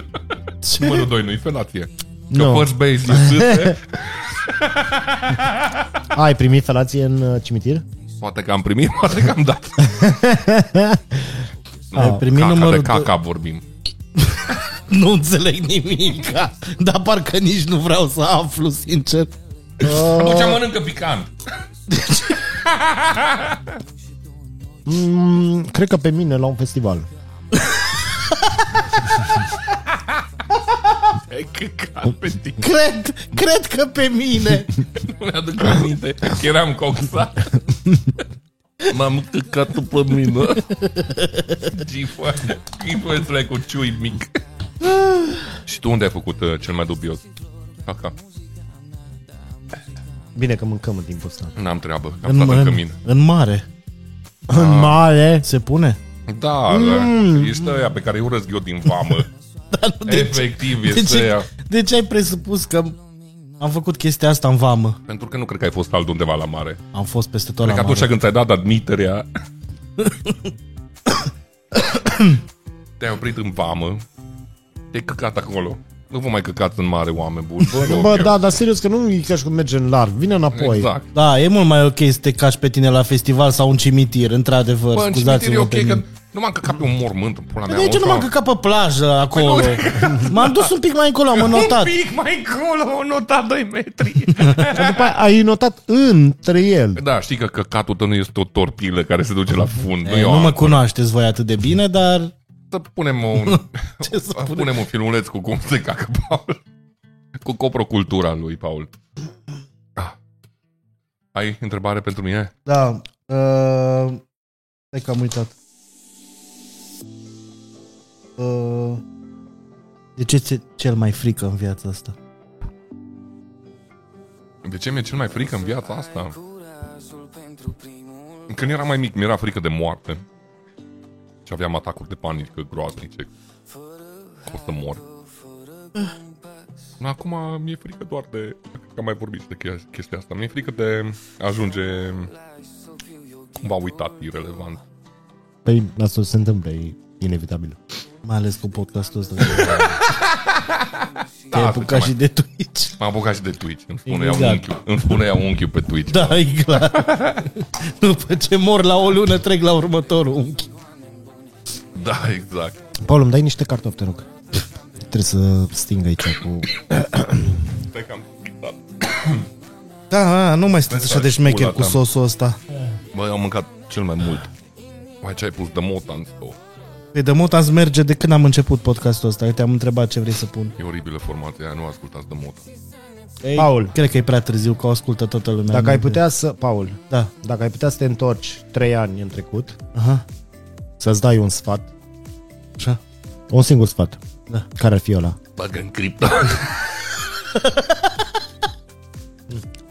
[SPEAKER 2] Numărul 2 nu-i felație. Că
[SPEAKER 3] Nu.
[SPEAKER 2] first base e sâte.
[SPEAKER 3] Ai primit felație în uh, cimitir?
[SPEAKER 2] Poate că am primit, poate că am dat.
[SPEAKER 1] ai primit
[SPEAKER 2] Ah, caca,
[SPEAKER 1] numărul...
[SPEAKER 2] de caca vorbim.
[SPEAKER 1] Nu înțeleg nimic, dar parcă nici nu vreau să aflu, sincer.
[SPEAKER 2] Atunci mănâncă picant.
[SPEAKER 3] Mm, cred că pe mine la un festival.
[SPEAKER 2] E căcat pe tine.
[SPEAKER 1] Cred, cred că pe mine.
[SPEAKER 2] Nu mi-aduc aminte. că Eram coxat. M-am căcat pe mine. Gifă. Gifă cu ciui mic. Și tu unde ai făcut uh, cel mai dubios? Caca.
[SPEAKER 3] Bine că mâncăm în timpul ăsta.
[SPEAKER 2] N-am treabă. Am
[SPEAKER 1] În,
[SPEAKER 2] stat în
[SPEAKER 1] în,
[SPEAKER 2] cămin.
[SPEAKER 1] în mare.
[SPEAKER 2] Ah.
[SPEAKER 3] În mare.
[SPEAKER 1] Se pune?
[SPEAKER 2] Da, mm. ești aia pe care îi urăsc eu din vamă.
[SPEAKER 1] Dar nu, de, ce,
[SPEAKER 2] Efectiv,
[SPEAKER 1] de,
[SPEAKER 2] este
[SPEAKER 1] ce,
[SPEAKER 2] aia.
[SPEAKER 1] de ce ai presupus că am făcut chestia asta în vamă?
[SPEAKER 2] Pentru că nu cred că ai fost altundeva la mare.
[SPEAKER 1] Am fost peste tot
[SPEAKER 2] Cred că
[SPEAKER 1] la
[SPEAKER 2] atunci
[SPEAKER 1] mare.
[SPEAKER 2] când ți-ai dat admiterea... Te-ai oprit în vamă. Te-ai căcat acolo. Nu vă mai căcați în mare, oameni buni. Vă rog
[SPEAKER 3] Bă,
[SPEAKER 2] eu.
[SPEAKER 3] da, dar serios că nu e chiar și cum merge în larg. Vine înapoi.
[SPEAKER 2] Exact.
[SPEAKER 1] Da, e mult mai ok să te cași pe tine la festival sau un cimitir, într-adevăr.
[SPEAKER 2] Bă, în cimitir
[SPEAKER 1] Scuzați-mă
[SPEAKER 2] e ok
[SPEAKER 1] pe
[SPEAKER 2] că
[SPEAKER 1] mine.
[SPEAKER 2] nu m-am căcat pe un mormânt în pula mea.
[SPEAKER 1] Păi De ce nu
[SPEAKER 2] mă,
[SPEAKER 1] m-am căcat pe plajă acolo?
[SPEAKER 3] Păi
[SPEAKER 1] M-am dus un pic mai încolo, am notat.
[SPEAKER 2] Un pic mai încolo, o nota 2 metri.
[SPEAKER 3] Că după aia ai notat între el.
[SPEAKER 2] da, știi că căcatul tău nu este o tortilă care se duce la fund.
[SPEAKER 1] E,
[SPEAKER 2] e o
[SPEAKER 1] Păi nu mă cunoașteți voi atât de bine, dar
[SPEAKER 2] Să punem un,
[SPEAKER 1] Ce să
[SPEAKER 2] să
[SPEAKER 1] punem?
[SPEAKER 2] punem un filmuleț cu cum se cacă Paul. Cu coprocultura lui Paul. Ah. Ai întrebare pentru mine?
[SPEAKER 1] Da. Uh, stai că am uitat. Uh, de ce ți cel mai frică în viața asta?
[SPEAKER 3] Da,
[SPEAKER 2] De ce mi-e cel mai frică în viața asta? Când eram mai mic, mi-era frică de moarte. Și aveam atacuri de panică groaznice. O să mor. Dar acum mi-e frică doar de... Că am mai vorbit și de chesti- chestia asta. Mi-e frică de a ajunge cumva uitat, irelevant.
[SPEAKER 3] Păi, asta se întâmplă, e inevitabil.
[SPEAKER 1] Mai ales cu podcastul ăsta.
[SPEAKER 2] Da,
[SPEAKER 1] Te-ai
[SPEAKER 2] asta e cea
[SPEAKER 1] apucat
[SPEAKER 2] mai-
[SPEAKER 1] și de Twitch.
[SPEAKER 2] M-am apucat și de Twitch. Îmi spune exact. ea
[SPEAKER 1] Exact.
[SPEAKER 2] unchiul, îmi spune ea unchiul pe Twitch.
[SPEAKER 1] Da, e clar. După ce mor la o lună, trec la următorul unchi.
[SPEAKER 2] da exact.
[SPEAKER 3] Paul, îmi dai niște cartofi, te rog. Trebuie să sting aici cu...
[SPEAKER 2] Stai că am ghitat.
[SPEAKER 1] Da, nu mai sunteți
[SPEAKER 2] așa de șmecher cu
[SPEAKER 1] sosul ăsta.
[SPEAKER 2] Bă, eu am mâncat cel mai mult. Mai ce ai pus de mota Oh, în stou.
[SPEAKER 1] Păi de mult ați merge de când am început podcastul ăsta. Eu te-am întrebat ce vrei să pun.
[SPEAKER 2] E oribilă formația aia, nu ascultați de mota.
[SPEAKER 3] Ei,
[SPEAKER 1] Paul,
[SPEAKER 3] Paul,
[SPEAKER 1] cred că e prea târziu, că o ascultă toată lumea.
[SPEAKER 3] dacă ai putea să... Paul,
[SPEAKER 1] Da.
[SPEAKER 3] dacă ai putea să te întorci 3 ani în trecut,
[SPEAKER 1] Aha,
[SPEAKER 3] să-ți dai un sfat,
[SPEAKER 1] așa.
[SPEAKER 3] un singur sfat,
[SPEAKER 1] Da.
[SPEAKER 3] care ar fi ăla?
[SPEAKER 2] Bagă în criptă.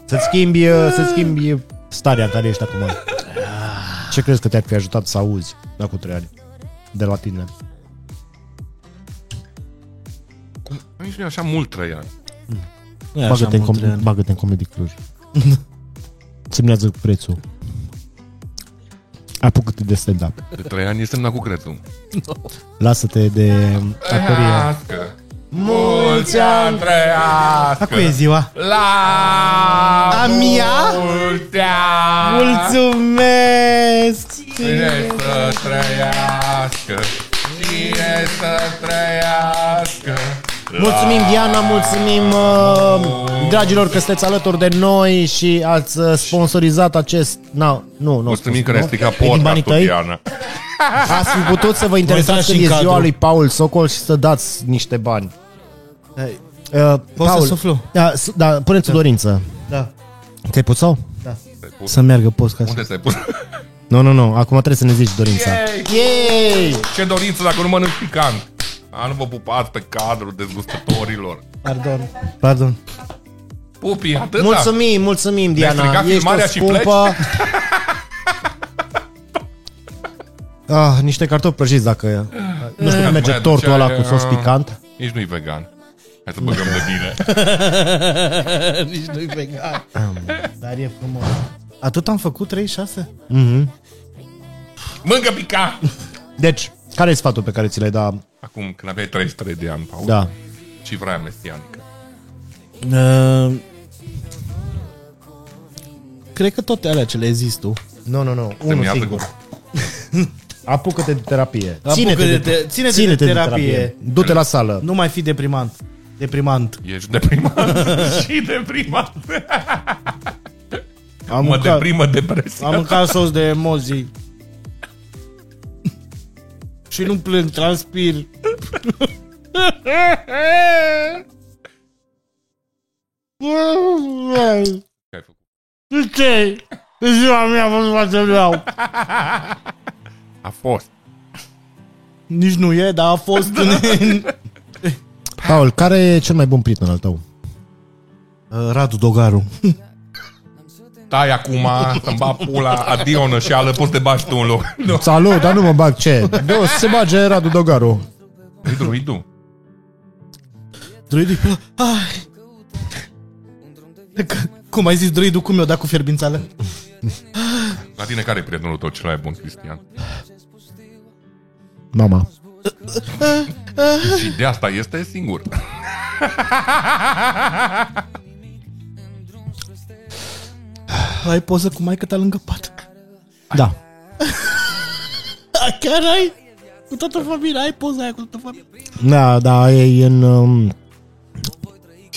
[SPEAKER 3] Să-ți schimbi, uh, să-ți schimbi starea în care ești acum.
[SPEAKER 1] Ah.
[SPEAKER 3] Ce crezi că te-ar fi ajutat să auzi acum 3 ani de la tine?
[SPEAKER 2] Nici nu e așa mult trei ani.
[SPEAKER 1] Nu e așa
[SPEAKER 3] Bagă-te în,
[SPEAKER 1] mult, Adrian.
[SPEAKER 3] com- bagă-te în Comedy Cluj. Semnează prețul. Apucă-te de stand-up.
[SPEAKER 2] De trei ani e semnat cu crețul.
[SPEAKER 3] Lasă-te de um, actorie.
[SPEAKER 2] Trăiască! Mulți ani trăiască!
[SPEAKER 1] Acum e ziua.
[SPEAKER 2] La
[SPEAKER 1] A mia?
[SPEAKER 2] multe ani!
[SPEAKER 1] Mulțumesc!
[SPEAKER 2] Cine să trăiască? Cine să trăiască?
[SPEAKER 3] Mulțumim, Diana, mulțumim, uh, dragilor, că sunteți alături de noi și ați uh, sponsorizat acest... Na, nu, nu.
[SPEAKER 2] Mulțumim că ne-ai stricat
[SPEAKER 3] E din banii
[SPEAKER 2] podcastul,
[SPEAKER 3] tăi.
[SPEAKER 2] Diana.
[SPEAKER 3] Ați fi putut să vă
[SPEAKER 4] Mai
[SPEAKER 3] interesați
[SPEAKER 4] stați
[SPEAKER 3] când
[SPEAKER 4] și
[SPEAKER 3] e
[SPEAKER 4] în
[SPEAKER 3] ziua
[SPEAKER 4] cadru.
[SPEAKER 3] lui Paul Socol și să dați niște bani.
[SPEAKER 1] Hai,
[SPEAKER 3] Uh,
[SPEAKER 1] Pot să suflu?
[SPEAKER 3] Da, s- da puneți o dorință.
[SPEAKER 1] Da.
[SPEAKER 3] Te pus sau?
[SPEAKER 1] Să meargă podcast.
[SPEAKER 2] Unde ți-ai pus?
[SPEAKER 3] Nu, nu, nu. Acum trebuie să ne zici dorința.
[SPEAKER 2] Yay!
[SPEAKER 3] Yay!
[SPEAKER 2] Ce dorință dacă nu mănânci picant? A, nu vă pupați pe cadrul dezgustătorilor.
[SPEAKER 1] Pardon. Pardon.
[SPEAKER 2] Pupii, atâta?
[SPEAKER 3] Mulțumim, mulțumim, Diana.
[SPEAKER 2] Da. stricat
[SPEAKER 3] Ești o
[SPEAKER 2] filmarea și
[SPEAKER 3] scumpă. Ah, niște cartofi prăjiți dacă... Nu știu cum merge
[SPEAKER 2] mai
[SPEAKER 3] tortul
[SPEAKER 2] aduceai,
[SPEAKER 3] ăla cu sos
[SPEAKER 2] uh,
[SPEAKER 3] picant.
[SPEAKER 2] Nici nu-i vegan. Hai să băgăm de bine.
[SPEAKER 4] Nici nu-i vegan.
[SPEAKER 1] Dar e frumos. Atât am făcut 36?
[SPEAKER 2] Mâncă picant!
[SPEAKER 3] Deci, care e sfatul pe care ți l-ai dat?
[SPEAKER 2] Acum, când aveai 33 de ani, Paul,
[SPEAKER 3] Da.
[SPEAKER 2] ce vrea mesianică?
[SPEAKER 4] Uh, cred că toate alea ce le-ai zis tu.
[SPEAKER 3] Nu, nu, nu. Unul
[SPEAKER 2] Să-mi iasă
[SPEAKER 3] singur.
[SPEAKER 2] cu-
[SPEAKER 3] Apucă-te de terapie.
[SPEAKER 1] Apucă-te de te- ține-te de terapie.
[SPEAKER 3] Du-te la sală.
[SPEAKER 1] Nu mai fi deprimant. Deprimant.
[SPEAKER 2] Ești deprimat și deprimat.
[SPEAKER 1] Am
[SPEAKER 2] Mă
[SPEAKER 1] mâncat,
[SPEAKER 2] deprimă depresia.
[SPEAKER 1] am mâncat sos de emoji. Și nu plâng, transpir.
[SPEAKER 2] Ce ai făcut?
[SPEAKER 1] De ce? În ziua mea vă nu v-ați vreau.
[SPEAKER 2] A fost.
[SPEAKER 1] Nici nu e, dar a fost în...
[SPEAKER 3] Paul, care e cel mai bun prieten al tău?
[SPEAKER 1] Uh, Radu Dogaru.
[SPEAKER 2] Tai acum, să-mi bag pula, adio nășeală, poți să te bagi tu în loc.
[SPEAKER 3] Da.
[SPEAKER 2] Nu,
[SPEAKER 3] Salut, dar nu mă bag ce? De o să se bage Radu Dogaru.
[SPEAKER 2] Idu, Idu.
[SPEAKER 1] Druidul Ai. Cum ai zis druidul cum eu, da cu fierbințeală?
[SPEAKER 2] La tine care e prietenul tău cel mai bun, Cristian?
[SPEAKER 3] Mama.
[SPEAKER 2] Și de asta este singur.
[SPEAKER 1] Ai poză cu maică ta lângă pat.
[SPEAKER 3] Da.
[SPEAKER 1] Da, Chiar ai? Cu toată familia, ai poza aia cu toată familia.
[SPEAKER 3] Da, da, e în, um,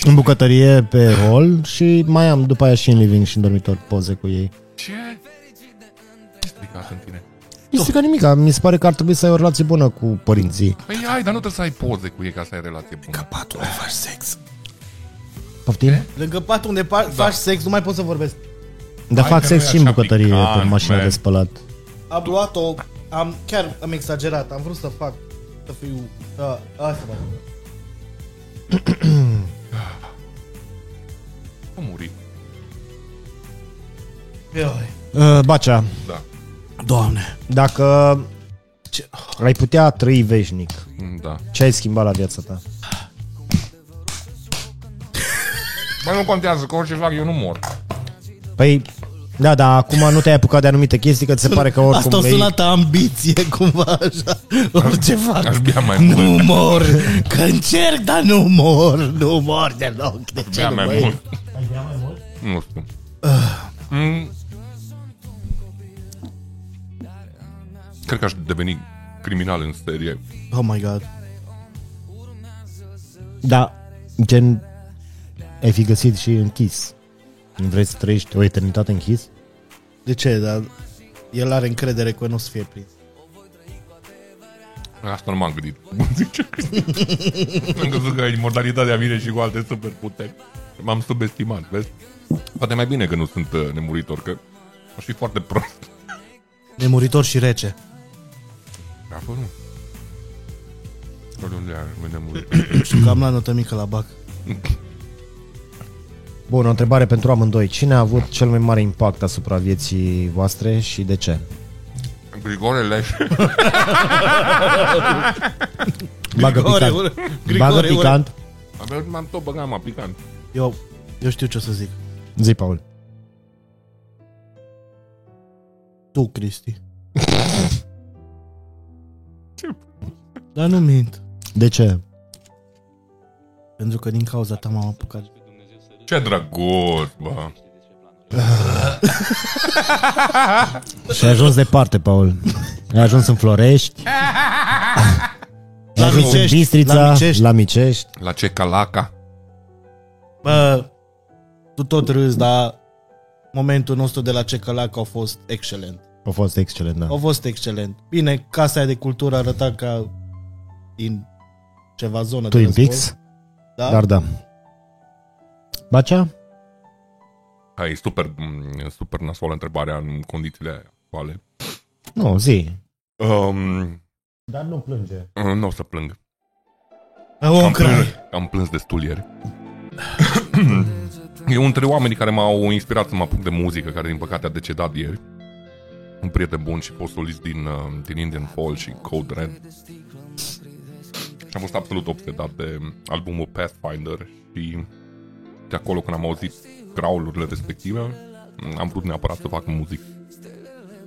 [SPEAKER 3] în bucătărie pe rol și mai am după aia și în living și în dormitor poze cu ei.
[SPEAKER 2] Ce? Ce stricat în tine?
[SPEAKER 3] Nu știu ca nimic, mi se pare că ar trebui să ai o relație bună cu părinții.
[SPEAKER 2] Păi ai, dar nu trebuie să ai poze cu ei ca să ai relație bună.
[SPEAKER 1] Patul unde faci sex.
[SPEAKER 3] Poftim? Da.
[SPEAKER 1] Lângă pat unde pa- faci sex, nu mai pot să vorbesc.
[SPEAKER 3] Dar
[SPEAKER 2] Hai
[SPEAKER 3] fac
[SPEAKER 2] că
[SPEAKER 3] sex
[SPEAKER 2] nu e
[SPEAKER 3] și în
[SPEAKER 2] așa
[SPEAKER 3] bucătărie,
[SPEAKER 2] picant,
[SPEAKER 3] pe mașina
[SPEAKER 2] man.
[SPEAKER 3] de spălat.
[SPEAKER 1] Am luat-o, am, chiar am exagerat, am vrut să fac, să fiu, da, asta mă.
[SPEAKER 2] Nu muri.
[SPEAKER 1] Ioi.
[SPEAKER 3] Uh, Bacea,
[SPEAKER 2] Da.
[SPEAKER 1] Doamne.
[SPEAKER 3] dacă
[SPEAKER 1] Ce-
[SPEAKER 3] ai putea trăi veșnic,
[SPEAKER 2] Mm, Da.
[SPEAKER 3] ce ai schimba la viața ta?
[SPEAKER 2] Bă, nu contează, că orice fac eu nu mor.
[SPEAKER 3] Păi, da, da, acum nu te-ai apucat de anumite chestii, că ți se pare că oricum
[SPEAKER 1] Asta o
[SPEAKER 3] vei-
[SPEAKER 1] sunat a ambiție, cumva, așa. Orice fac.
[SPEAKER 2] Aș bea mai
[SPEAKER 1] Nu
[SPEAKER 2] mult.
[SPEAKER 1] mor, că încerc, dar nu mor, nu mor deloc. De ce
[SPEAKER 2] Bea
[SPEAKER 1] nu,
[SPEAKER 2] mai
[SPEAKER 1] băi?
[SPEAKER 2] mult. Nu știu. Mm. Cred că aș deveni criminal în serie.
[SPEAKER 1] Oh my god.
[SPEAKER 3] Da, gen, ai fi găsit și închis. Nu vrei să trăiești o eternitate închis?
[SPEAKER 1] De ce? Dar el are încredere că nu o să fie prins.
[SPEAKER 2] Asta nu m-am gândit. Zice Cristian. Am crezut că imortalitatea vine și cu alte superputeri. M-am subestimat, vezi? Poate mai bine că nu sunt uh, nemuritor, că aș fi foarte prost.
[SPEAKER 1] Nemuritor și rece.
[SPEAKER 2] Dar bă, nu. Bă, de unde ai nemurit?
[SPEAKER 1] Știu că am la notă mică la bac.
[SPEAKER 3] Bun, o întrebare pentru amândoi. Cine a avut cel mai mare impact asupra vieții voastre și de ce?
[SPEAKER 2] Grigore Leș.
[SPEAKER 1] Grigore,
[SPEAKER 3] Bagă picant.
[SPEAKER 1] ură.
[SPEAKER 3] Bagă
[SPEAKER 1] Grigore, ură.
[SPEAKER 3] picant.
[SPEAKER 2] Abia M-am tot băgat, m-am picant.
[SPEAKER 1] Eu, eu știu ce o să zic.
[SPEAKER 3] Zi, Paul.
[SPEAKER 1] Tu, Cristi. Dar nu mint.
[SPEAKER 3] De ce?
[SPEAKER 1] Pentru că din cauza ta m-am apucat.
[SPEAKER 2] Ce drăguț, bă.
[SPEAKER 3] Și ai ajuns departe, Paul. Ai ajuns în Florești. Ai ajuns în
[SPEAKER 1] Micești,
[SPEAKER 3] Bistrița,
[SPEAKER 1] la
[SPEAKER 3] la
[SPEAKER 1] Micești.
[SPEAKER 3] Micești. La Micești.
[SPEAKER 2] La ce calaca?
[SPEAKER 1] Bă, tu tot râzi, dar momentul nostru de la Cecălac a fost excelent.
[SPEAKER 3] A fost excelent, da.
[SPEAKER 1] A fost excelent. Bine, casa aia de cultură arăta ca din ceva zonă de
[SPEAKER 3] Twin
[SPEAKER 1] război.
[SPEAKER 3] Peaks,
[SPEAKER 1] Da?
[SPEAKER 3] dar da. Bacea?
[SPEAKER 2] Hai, e super, m, super nasoală întrebarea în condițiile actuale.
[SPEAKER 3] Nu, zi.
[SPEAKER 2] Um, uh,
[SPEAKER 3] Dar nu plânge.
[SPEAKER 2] nu o să plâng.
[SPEAKER 1] Bă, om crai.
[SPEAKER 2] am plâns destul ieri. e între oamenii care m-au inspirat să mă apuc de muzică, care din păcate a decedat ieri. Un prieten bun și fost solist din, uh, din Indian Fall și Code Red. Și am fost absolut obsedat de albumul Pathfinder și de acolo când am auzit graulurile respective, m, am vrut neapărat să fac muzică.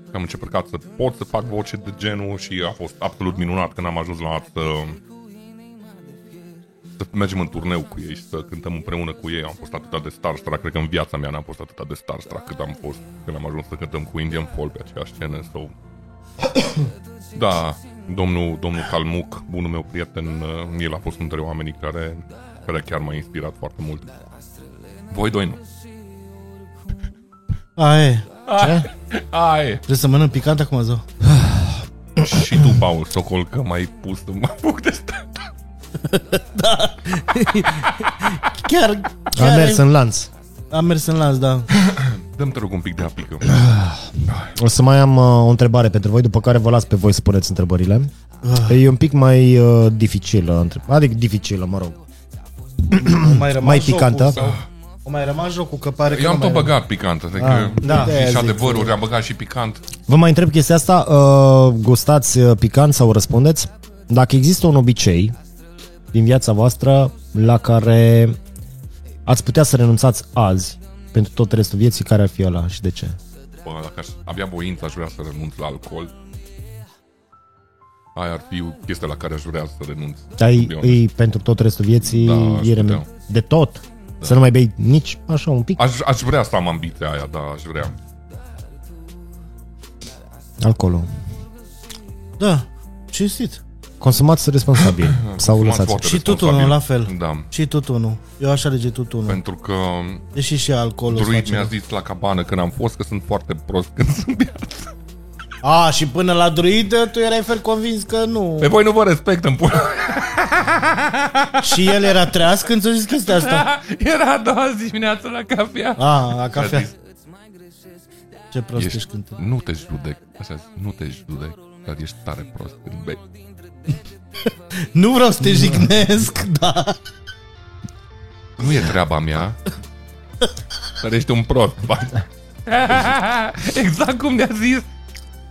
[SPEAKER 2] Și Am încercat să pot să fac voce de genul și a fost absolut minunat când am ajuns la să să mergem în turneu cu ei și să cântăm împreună cu ei. Am fost atâta de starstruck, cred că în viața mea n-am fost atâta de starstruck cât am fost când am ajuns să cântăm cu Indian Fall pe aceeași scenă. So... da, domnul, domnul Calmuc, bunul meu prieten, uh, el a fost între oamenii care, care chiar m-a inspirat foarte mult. Voi doi nu.
[SPEAKER 1] Aie,
[SPEAKER 2] Ai!
[SPEAKER 1] trebuie să mănânc picant acum, zău.
[SPEAKER 2] Și tu, Paul Socol, că m-ai pus în apuc de stat.
[SPEAKER 1] Chiar,
[SPEAKER 3] Am
[SPEAKER 1] chiar
[SPEAKER 3] mers în lanț.
[SPEAKER 1] am mers în lanț, da.
[SPEAKER 2] Dă-mi, te rog, un pic de apică.
[SPEAKER 1] Ah,
[SPEAKER 3] O să mai am uh, o întrebare pentru voi, după care vă las pe voi să puneți întrebările. E un pic mai uh, dificilă, între- adică dificilă, mă rog.
[SPEAKER 1] O mai, rămas
[SPEAKER 3] Mai
[SPEAKER 1] jocul
[SPEAKER 3] picantă.
[SPEAKER 1] sau- O mai rămas jocul, că pare că
[SPEAKER 2] Eu am
[SPEAKER 1] nu mai Ah,
[SPEAKER 2] tot băgat picant, adică
[SPEAKER 3] da.
[SPEAKER 2] și
[SPEAKER 1] zic. da.
[SPEAKER 2] adevărul, am băgat și picant.
[SPEAKER 3] Vă mai întreb chestia asta, uh, gustați uh, picant sau răspundeți? Dacă există un obicei din viața voastră la care ați putea să renunțați azi pentru tot restul vieții, care ar fi ăla și de ce?
[SPEAKER 2] Bă, dacă aș avea voință, aș vrea să renunț la alcool. Aia ar fi chestia la care aș vrea să renunț.
[SPEAKER 3] Dar e,
[SPEAKER 2] Eu-
[SPEAKER 3] e pentru tot restul vieții
[SPEAKER 2] Da, aș
[SPEAKER 3] e rem-
[SPEAKER 2] putea.
[SPEAKER 3] de tot? Da. Să nu mai bei nici așa un pic?
[SPEAKER 2] Aș, aș vrea să am ambiția aia, da, aș vrea.
[SPEAKER 3] Alcoolul.
[SPEAKER 1] Da, cinstit.
[SPEAKER 3] Consumați responsabil sau
[SPEAKER 2] Consumați
[SPEAKER 3] lăsați.
[SPEAKER 2] foarte
[SPEAKER 1] Și
[SPEAKER 2] responsabil.
[SPEAKER 1] tutunul, la fel.
[SPEAKER 2] Da,
[SPEAKER 1] Și tutunul. Eu așa alege tutunul.
[SPEAKER 2] pentru că
[SPEAKER 1] Deși și alcoolul îți
[SPEAKER 2] druid
[SPEAKER 1] face
[SPEAKER 2] mi-a
[SPEAKER 1] rău.
[SPEAKER 2] zis la cabană când am fost că sunt foarte prost când sunt beat.
[SPEAKER 1] A, și până la druid tu erai fel convins că nu.
[SPEAKER 2] Pe voi nu vă respect în pula.
[SPEAKER 1] și el era treaz când ți-a zis chestia asta.
[SPEAKER 2] Era a doua zi dimineață la cafea.
[SPEAKER 1] A, la
[SPEAKER 2] Mi-a
[SPEAKER 1] cafea.
[SPEAKER 2] zis,
[SPEAKER 1] Ce prost ești,
[SPEAKER 2] Ești,
[SPEAKER 1] ești când te-
[SPEAKER 2] nu te judec, așa zic, nu te judec, dar ești tare prost când bei.
[SPEAKER 1] Nu vreau să te jignesc, da.
[SPEAKER 2] Nu e treaba mea. Dar ești un prost. ba. exact cum ne-a zis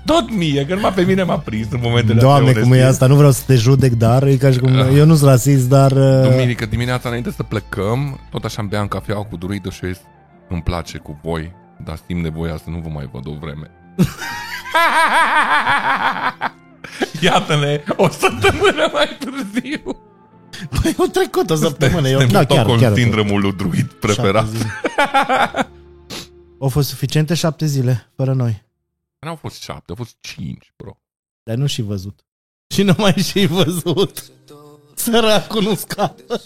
[SPEAKER 2] tot mie, că numai pe mine m-a prins în momentele
[SPEAKER 3] Doamne,
[SPEAKER 2] astea
[SPEAKER 3] cum e
[SPEAKER 2] onestie.
[SPEAKER 3] asta, nu vreau să te judec, dar e ca și cum, eu nu sunt rasist, dar... uh,
[SPEAKER 2] Duminică dimineața înainte să plecăm, tot așa îmi beam cafeaua cu druidă și eu zis, îmi place cu voi, dar simt nevoia să nu vă mai văd o vreme. Iată-ne, o săptămână mai târziu.
[SPEAKER 1] Păi, eu trecut o săptămână. Eu...
[SPEAKER 3] Da,
[SPEAKER 2] Da,
[SPEAKER 3] chiar,
[SPEAKER 2] chiar, tot
[SPEAKER 3] chiar.
[SPEAKER 2] chiar, sindromul lui druid preferat.
[SPEAKER 1] Șapte zile. Au fost suficiente șapte zile, fără noi.
[SPEAKER 2] N-au fost șapte, au fost cinci, bro.
[SPEAKER 1] Dar nu și văzut. Și nu mai și văzut. Săracul nu scapă.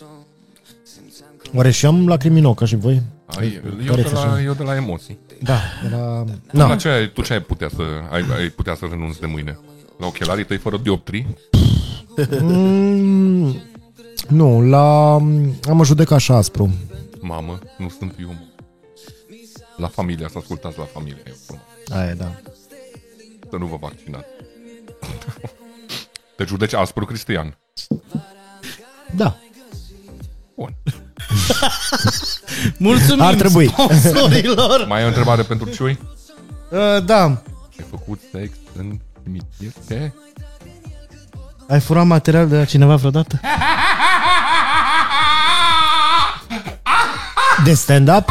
[SPEAKER 3] Oare și eu am lacrimi în ochi, ca și voi?
[SPEAKER 2] Ai, eu,
[SPEAKER 3] Care
[SPEAKER 2] de la,
[SPEAKER 3] ți-așa?
[SPEAKER 2] eu de la emoții.
[SPEAKER 3] Da, era...
[SPEAKER 2] Da.
[SPEAKER 3] Na,
[SPEAKER 2] La ce ai, tu ce ai putea să, ai, ai putea să renunți de mâine? La ochelarii tăi fără dioptrii?
[SPEAKER 3] mm, nu, la... Am mă judec așa aspru.
[SPEAKER 2] Mamă, nu sunt eu. mă. La familia, să ascultați la familie. eu spun.
[SPEAKER 3] Aia, da.
[SPEAKER 2] Să nu vă vaccinați. Te judeci aspru, Cristian.
[SPEAKER 3] Da.
[SPEAKER 2] Bun.
[SPEAKER 1] Mulțumim
[SPEAKER 3] Ar trebui.
[SPEAKER 1] sponsorilor.
[SPEAKER 2] Mai ai o întrebare pentru Ciui?
[SPEAKER 1] Uh, da,
[SPEAKER 2] Ai făcut sex în cimitir? Ce?
[SPEAKER 1] ai furat material de la cineva vreodată?
[SPEAKER 3] De stand-up?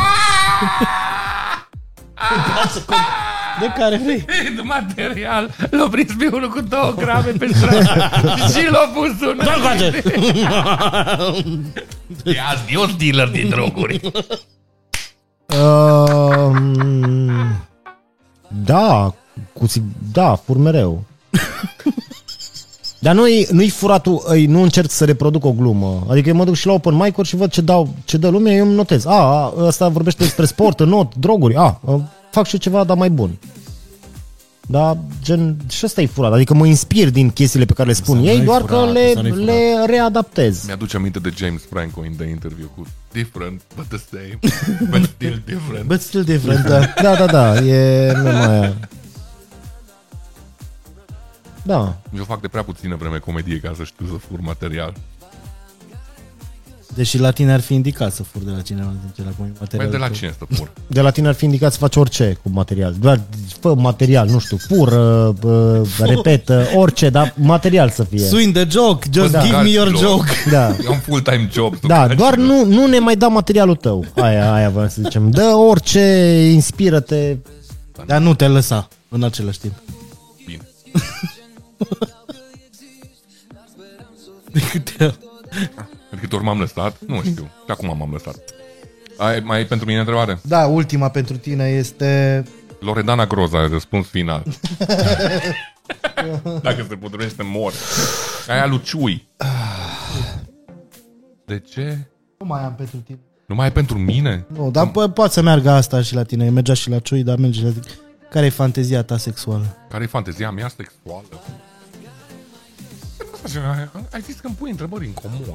[SPEAKER 1] de care vrei.
[SPEAKER 2] de material, l-a prins pe unul cu două grame pe stradă și l-a pus un...
[SPEAKER 1] Doar face!
[SPEAKER 2] E azi, e un dealer de droguri.
[SPEAKER 3] Um, da, cu, sig- da, fur mereu. Dar nu-i, nu-i furatul, îi, nu încerc să reproduc o glumă. Adică eu mă duc și la open mic și văd ce, dau, ce dă lumea, eu îmi notez. A, a, ăsta vorbește despre sport, not, droguri. A, a, fac și eu ceva, dar mai bun. Dar gen, și ăsta e furat. Adică mă inspir din chestiile pe care le spun
[SPEAKER 1] Ăsta
[SPEAKER 3] ei,
[SPEAKER 1] nu-i
[SPEAKER 3] doar că
[SPEAKER 1] Exact, furat,
[SPEAKER 3] le,
[SPEAKER 1] ăsta nu-i furat.
[SPEAKER 3] le readaptez.
[SPEAKER 2] Mi-aduce aminte de James Franco in the interview cu Different, but the same, but still different.
[SPEAKER 5] But still different, da.
[SPEAKER 3] Da, da, da, da e nu mai... Da,
[SPEAKER 2] Eu fac de prea puțină vreme comedie ca să știu să fur material. Păi,
[SPEAKER 1] Deși la tine ar fi indicat să fur de la cineva, zice, Păi, la cum e
[SPEAKER 2] Mai
[SPEAKER 1] materialul
[SPEAKER 2] de la
[SPEAKER 1] tău.
[SPEAKER 2] cine să fur?
[SPEAKER 3] de la tine ar fi indicat să faci orice cu material. Doar fă material, nu știu, fură, bă, repetă, orice, dar material să fie.
[SPEAKER 1] Swing the joke, just
[SPEAKER 3] Bă, da.
[SPEAKER 1] give me your
[SPEAKER 2] Calculor.
[SPEAKER 1] joke.
[SPEAKER 3] Da.
[SPEAKER 2] Eu am full-time job. tu
[SPEAKER 3] Da,
[SPEAKER 2] faci.
[SPEAKER 3] doar nu, nu ne mai da materialul tău. Aia, aia vreau să zicem. Dă orice, inspiră-te.
[SPEAKER 1] Dar nu te lăsa în același timp.
[SPEAKER 2] Bine.
[SPEAKER 1] De câte ori.
[SPEAKER 2] Adică câte ori m-am lăsat, nu știu. Și acum m-am lăsat. Ai, mai ai pentru mine întrebare?
[SPEAKER 5] Da, ultima pentru tine este...
[SPEAKER 2] Loredana Groza, răspuns final. Dacă se potrivește, mor. Aia lui Ciui.
[SPEAKER 1] Ah.
[SPEAKER 2] De ce?
[SPEAKER 5] Nu mai am pentru tine.
[SPEAKER 2] Numai e pentru mine?
[SPEAKER 1] Nu, dar po- poate să meargă asta și la tine. Mergea și la Ciui, dar merge și la tine. Care e fantezia ta sexuală?
[SPEAKER 2] Care e fantezia mea sexuală? Păi, Ai zis că îmi pui întrebări incomode.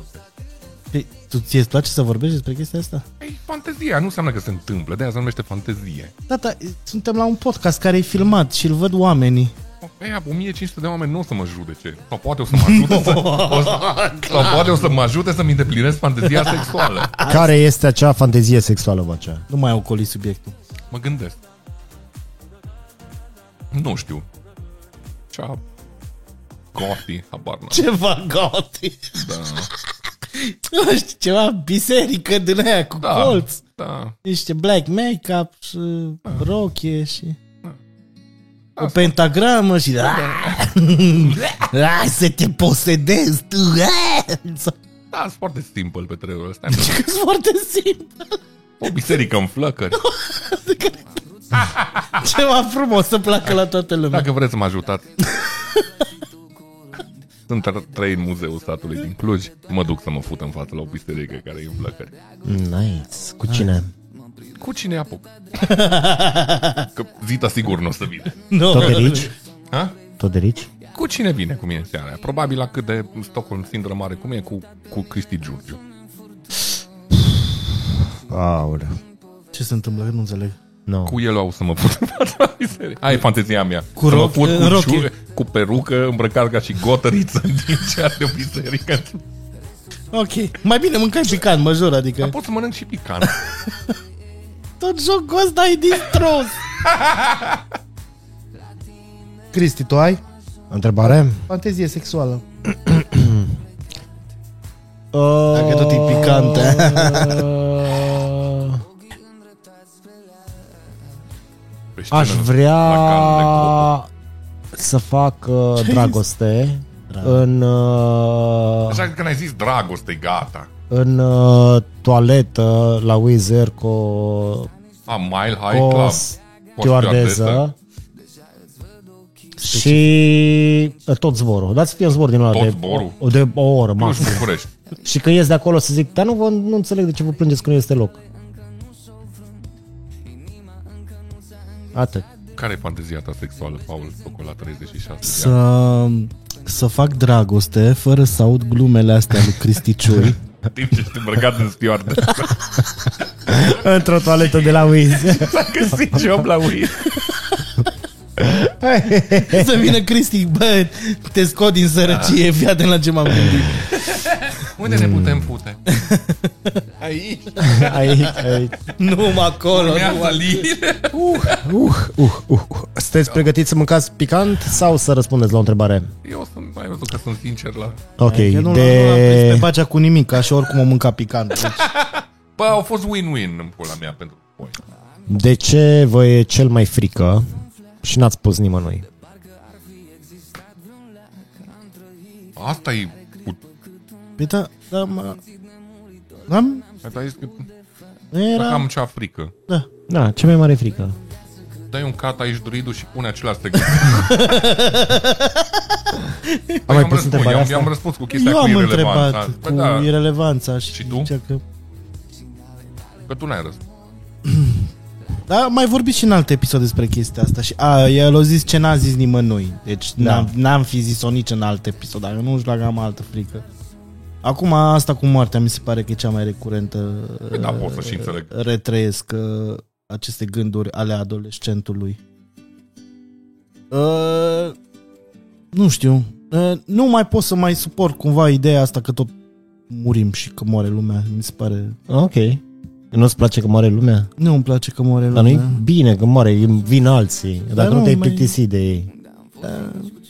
[SPEAKER 1] Păi, tu ți-e place să vorbești despre chestia asta?
[SPEAKER 2] Ei, fantezia nu înseamnă că se întâmplă, de aia se numește fantezie.
[SPEAKER 1] Tata, Da, suntem la un podcast care e filmat și îl văd oamenii.
[SPEAKER 2] Ei, 1500 de oameni nu o să mă judece. Sau poate o să mă ajute să, o să, sau poate o să mă ajute să-mi îndeplinesc fantezia sexuală.
[SPEAKER 3] Care este acea fantezie sexuală, Vacea?
[SPEAKER 1] Nu mai au ocoli subiectul.
[SPEAKER 2] Mă gândesc. Nu știu. Cea... Gothi, habar n
[SPEAKER 1] Ceva goti. Da. Nu știu, ceva biserică din aia cu da.
[SPEAKER 2] Da,
[SPEAKER 1] colț.
[SPEAKER 2] da.
[SPEAKER 1] Niște black make-up și rochie și... O pentagramă și... Hai să te posedezi tu!
[SPEAKER 2] Da, sunt foarte simplu pe trebuie ăsta.
[SPEAKER 1] Că sunt foarte simplu.
[SPEAKER 2] O biserică în flăcări.
[SPEAKER 1] Ceva frumos să placă la toată lumea.
[SPEAKER 2] Dacă vreți să mă ajutați. Sunt r- trei în muzeul statului din Cluj. Mă duc să mă fut în față la o biserică care e în flăcări.
[SPEAKER 3] Nice. Cu cine?
[SPEAKER 2] Cu cine apuc? Că Zita sigur nu o să vină.
[SPEAKER 1] Nu.
[SPEAKER 3] Tot de rici?
[SPEAKER 2] Ha?
[SPEAKER 3] Tot de rici?
[SPEAKER 2] Cu cine vine cu mine în seara aia? Probabil la cât de Stockholm Syndrome mare cum e cu, cu Cristi Giurgiu.
[SPEAKER 3] Aoleu.
[SPEAKER 1] Ce se întâmplă? Nu înțeleg.
[SPEAKER 3] No.
[SPEAKER 2] Cu el au să mă put în fața la biserică. Aia e fantezia mea. Cu, să mă
[SPEAKER 1] roc-
[SPEAKER 2] put
[SPEAKER 1] în
[SPEAKER 2] cu,
[SPEAKER 1] rochi.
[SPEAKER 2] ciu, cu perucă îmbrăcat ca și gotăriță din cea de biserică.
[SPEAKER 1] Ok. Mai bine mâncai picant, mă jur,
[SPEAKER 2] Dar
[SPEAKER 1] adică...
[SPEAKER 2] pot să mănânc și picant.
[SPEAKER 1] Tot jocul ăsta e distros.
[SPEAKER 5] Cristi, tu ai?
[SPEAKER 3] Întrebare?
[SPEAKER 5] Fantezie sexuală.
[SPEAKER 1] Dacă tot e picant. eh.
[SPEAKER 2] Pe scenă,
[SPEAKER 3] Aș vrea
[SPEAKER 2] la Cannes de Copă.
[SPEAKER 3] să fac uh, dragoste în, uh,
[SPEAKER 2] Așa că când ai zis dragoste, gata.
[SPEAKER 3] în uh, toaletă la Wizer cu o-
[SPEAKER 2] A, Mile High
[SPEAKER 3] cu o
[SPEAKER 2] Club.
[SPEAKER 3] stewardeză și uh, tot zborul. Dați să fie un zbor din ăla
[SPEAKER 2] Tot
[SPEAKER 3] de,
[SPEAKER 2] zborul?
[SPEAKER 3] o- de o oră
[SPEAKER 2] Nu
[SPEAKER 3] maxim.
[SPEAKER 2] știu București.
[SPEAKER 3] Și că ies de acolo să zic, dar nu, vă, nu înțeleg de ce vă plângeți că nu este loc. Atât.
[SPEAKER 2] Care e fantezia ta sexuală, Paul Socola 36? de ani?
[SPEAKER 1] să, să fac dragoste fără să aud glumele astea lui Cristi Ciui.
[SPEAKER 2] În Timp ce ești îmbrăcat în stewardeză.
[SPEAKER 3] Într-o toaletă de la Wizer.
[SPEAKER 2] Dacă zici job la Wii.
[SPEAKER 1] să vină Cristi, bă, te scot din sărăcie, fii atent la ce m-am gândit.
[SPEAKER 2] Unde ne putem pute? Aici.
[SPEAKER 3] aici, aici.
[SPEAKER 1] Nu mă acolo, nu
[SPEAKER 2] Urmează
[SPEAKER 1] mă-
[SPEAKER 2] lire.
[SPEAKER 3] Uh, uh, uh.
[SPEAKER 1] Da.
[SPEAKER 3] Sunteți pregătiți să mâncați picant sau să răspundeți la o întrebare?
[SPEAKER 2] Eu sunt, mai văzut că sunt sincer la...
[SPEAKER 3] Ok,
[SPEAKER 1] Eu nu, de... nu am prins pe
[SPEAKER 3] de...
[SPEAKER 1] pacea cu nimic, ca și oricum o mânca picant. Deci,
[SPEAKER 2] Bă, au fost win-win în pula mea pentru voi.
[SPEAKER 3] de ce vă e cel mai frică și n-ați pus nimănui.
[SPEAKER 2] Asta e... put-
[SPEAKER 1] Păi da, dar mă... Am...
[SPEAKER 2] Asta e că
[SPEAKER 1] Era...
[SPEAKER 2] dacă am cea frică.
[SPEAKER 1] Da.
[SPEAKER 3] Da, cea mai mare frică.
[SPEAKER 2] Dai un cat aici druidul și pune același text.
[SPEAKER 3] Am mai pus întrebarea
[SPEAKER 2] răspuns, am
[SPEAKER 3] asta?
[SPEAKER 2] răspuns cu chestia
[SPEAKER 1] Eu
[SPEAKER 2] cu
[SPEAKER 1] am
[SPEAKER 2] irelevanța.
[SPEAKER 1] întrebat
[SPEAKER 2] Bă,
[SPEAKER 1] cu
[SPEAKER 2] da,
[SPEAKER 1] irelevanța și,
[SPEAKER 2] Și tu?
[SPEAKER 1] zicea Că...
[SPEAKER 2] că tu n-ai răspuns.
[SPEAKER 1] Dar am mai vorbit și în alte episoade despre chestia asta și a, el a zis ce n-a zis nimănui. Deci
[SPEAKER 3] Da.
[SPEAKER 1] n-am, n-am fi zis-o nici în alt episod, dar eu nu știu dacă am altă frică. Acum asta cu moartea mi se pare că e cea mai recurentă.
[SPEAKER 2] da, pot să și înțeleg.
[SPEAKER 1] Retrăiesc uh, aceste gânduri ale adolescentului. Uh, nu știu. Uh, nu mai pot să mai suport cumva ideea asta că tot murim și că moare lumea. Mi se pare...
[SPEAKER 3] Ok. Nu-ți place că moare lumea?
[SPEAKER 1] Nu îmi place că moare
[SPEAKER 3] Dar nu-i
[SPEAKER 1] lumea.
[SPEAKER 3] bine că moare, vin alții. Dacă
[SPEAKER 1] nu,
[SPEAKER 3] Da. nu te-ai
[SPEAKER 1] mai-
[SPEAKER 3] plictisit de ei.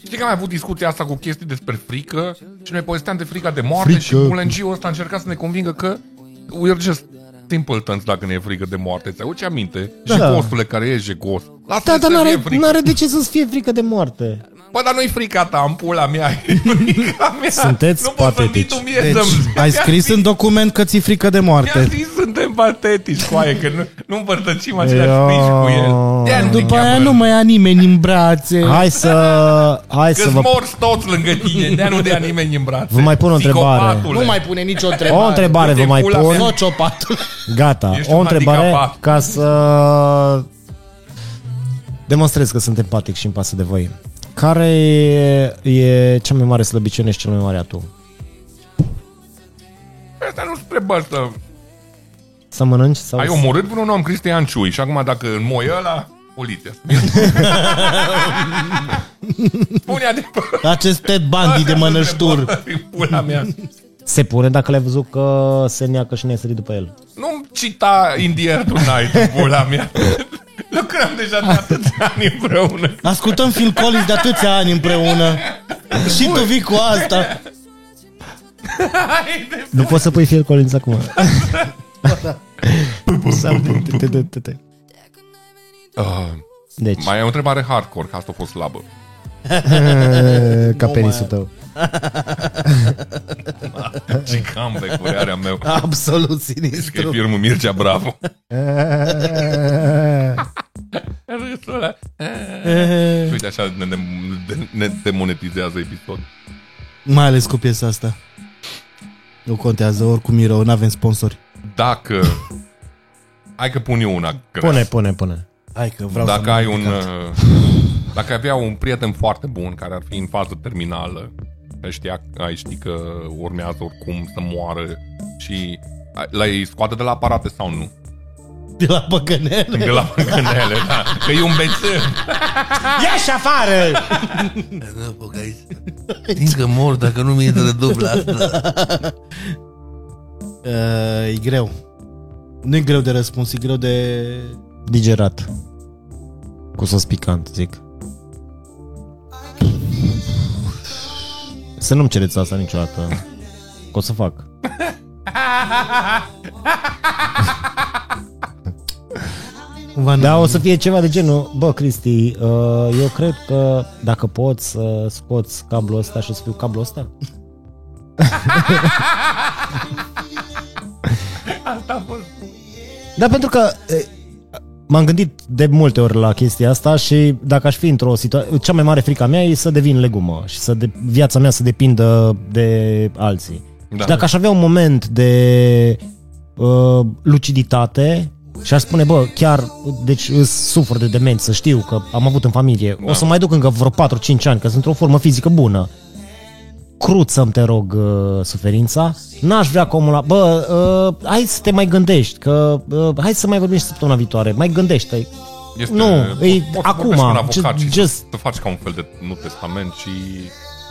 [SPEAKER 2] Știi că am avut discuția asta cu chestii despre frică și noi povesteam de frica de moarte frică. și mulăngiul ăsta a încercat să ne convingă că we're just simpletons dacă ne e frică de moarte. Ți aduce aminte? Da. Și
[SPEAKER 1] Da.
[SPEAKER 2] ghostule care e jegos. Lasă
[SPEAKER 3] Da, dar
[SPEAKER 2] să fie
[SPEAKER 3] n-are,
[SPEAKER 2] frică.
[SPEAKER 3] n-are de ce să-ți fie frică de moarte.
[SPEAKER 2] Bă, dar nu-i frica ta, am pula mea, e frica mea.
[SPEAKER 3] Sunteți
[SPEAKER 2] nu poți să vii
[SPEAKER 3] patetici.
[SPEAKER 2] tu mie
[SPEAKER 1] Deci,
[SPEAKER 2] să-mi...
[SPEAKER 1] ai scris în document că ți-e frică de
[SPEAKER 2] Mi-a
[SPEAKER 1] moarte.
[SPEAKER 2] zis, suntem patetici, coaie, că nu, nu împărtășim aceleași frici cu el. De-aia nu te
[SPEAKER 1] După
[SPEAKER 2] cheamă
[SPEAKER 1] aia
[SPEAKER 2] el.
[SPEAKER 1] nu mai ia nimeni în brațe.
[SPEAKER 3] Hai să... Hai să
[SPEAKER 2] Că-ți
[SPEAKER 3] vă...
[SPEAKER 2] morți toți lângă tine, de-aia nu dea nimeni în brațe.
[SPEAKER 3] Vă mai pun o întrebare.
[SPEAKER 2] Psihopatule.
[SPEAKER 1] Nu mai pune nicio întrebare.
[SPEAKER 3] O întrebare vă
[SPEAKER 2] Te
[SPEAKER 3] mai
[SPEAKER 2] pula
[SPEAKER 3] pun.
[SPEAKER 2] mea.
[SPEAKER 1] Sociopatul.
[SPEAKER 3] Gata,
[SPEAKER 2] Ești
[SPEAKER 3] o
[SPEAKER 2] un
[SPEAKER 3] întrebare
[SPEAKER 2] handicapat.
[SPEAKER 3] ca să demonstrez că sunt empatic și îmi pasă de voi. Care e cea mai mare slăbiciune și cel mai mare atu?
[SPEAKER 2] Asta nu-ți trebuie să...
[SPEAKER 3] Să mănânci sau...
[SPEAKER 2] Ai
[SPEAKER 3] să-
[SPEAKER 2] omorât vreun om, Cristian Ciui, și acum dacă în moi ăla, poliția. Spune adevărul.
[SPEAKER 1] Acest Ted Bundy de mănășturi.
[SPEAKER 2] Pula mea.
[SPEAKER 3] Se pune dacă l-ai văzut că se neacă și ne-ai sărit după el.
[SPEAKER 2] Nu-mi cita Indier Tonight, pula mea. Lucrăm deja de atâția ani împreună.
[SPEAKER 1] Ascultăm Phil Collins de atâția ani împreună. Și tu vii cu asta.
[SPEAKER 2] Haide.
[SPEAKER 3] Nu poți să pui Phil Collins acum.
[SPEAKER 2] Ah,
[SPEAKER 3] Deci,
[SPEAKER 2] Mai e o întrebare hardcore, că asta a fost slabă.
[SPEAKER 3] ca penisul tău.
[SPEAKER 2] Și comeback-ul e area meu.
[SPEAKER 1] Absolut
[SPEAKER 2] Că e
[SPEAKER 1] sinistru.
[SPEAKER 2] firmul Mircea Bravo. Râsul ăla. Și uite așa ne, ne, ne demonetizează episod.
[SPEAKER 1] Mai ales cu piesa asta. Nu contează, oricum e rău, n-avem sponsori.
[SPEAKER 2] Dacă... Hai că pun eu una. grea.
[SPEAKER 3] Pune, pune, pune.
[SPEAKER 1] Hai că vreau să
[SPEAKER 2] Dacă
[SPEAKER 1] mă
[SPEAKER 2] ai
[SPEAKER 1] ridic
[SPEAKER 2] un...
[SPEAKER 1] alt.
[SPEAKER 2] uh, Dacă ai avea un prieten foarte bun care ar fi în fază terminală, că știa, ai ști că urmează oricum să moară și ai- l-ai scoate de la aparate sau nu?
[SPEAKER 1] De la păcănele.
[SPEAKER 2] De la păcănele, da. Că e un bețev.
[SPEAKER 3] Ieși afară!
[SPEAKER 6] Știți că mor dacă nu mi intră dubla asta.
[SPEAKER 1] Uh, e greu. Nu e greu de răspuns, e greu de...
[SPEAKER 3] Digerat. Cu sos picant, zic. Să nu-mi cereți asta niciodată. Că o să fac.
[SPEAKER 1] Cumva nu-
[SPEAKER 3] Da, o să fie ceva de genul, bă, Cristi, uh, eu cred că dacă poți să scoți cablul ăsta și o să fiu cablul ăsta?
[SPEAKER 2] Asta a fost.
[SPEAKER 3] Da, pentru că e, m-am gândit de multe ori la chestia asta și dacă aș fi într-o situație... Cea mai mare frica mea e să devin legumă și să de, viața mea să depindă de alții.
[SPEAKER 2] Da.
[SPEAKER 3] Și dacă aș avea un moment de uh, luciditate și aș spune, bă, chiar, deci îs sufăr de demență, știu că am avut în familie, o să mai duc încă vreo 4-5 ani, că sunt într-o formă fizică bună. Crut să-mi te rog uh, suferința, n-aș vrea că omul ăla, bă, uh, hai să te mai gândești, că uh, hai să mai vorbim și săptămâna viitoare, mai gândește
[SPEAKER 2] Este,
[SPEAKER 3] Nu, e
[SPEAKER 2] poți să
[SPEAKER 3] acum,
[SPEAKER 2] vorbești cu un avocat
[SPEAKER 3] ju-
[SPEAKER 2] și
[SPEAKER 3] just-
[SPEAKER 2] să faci ca un fel de, nu testament, ci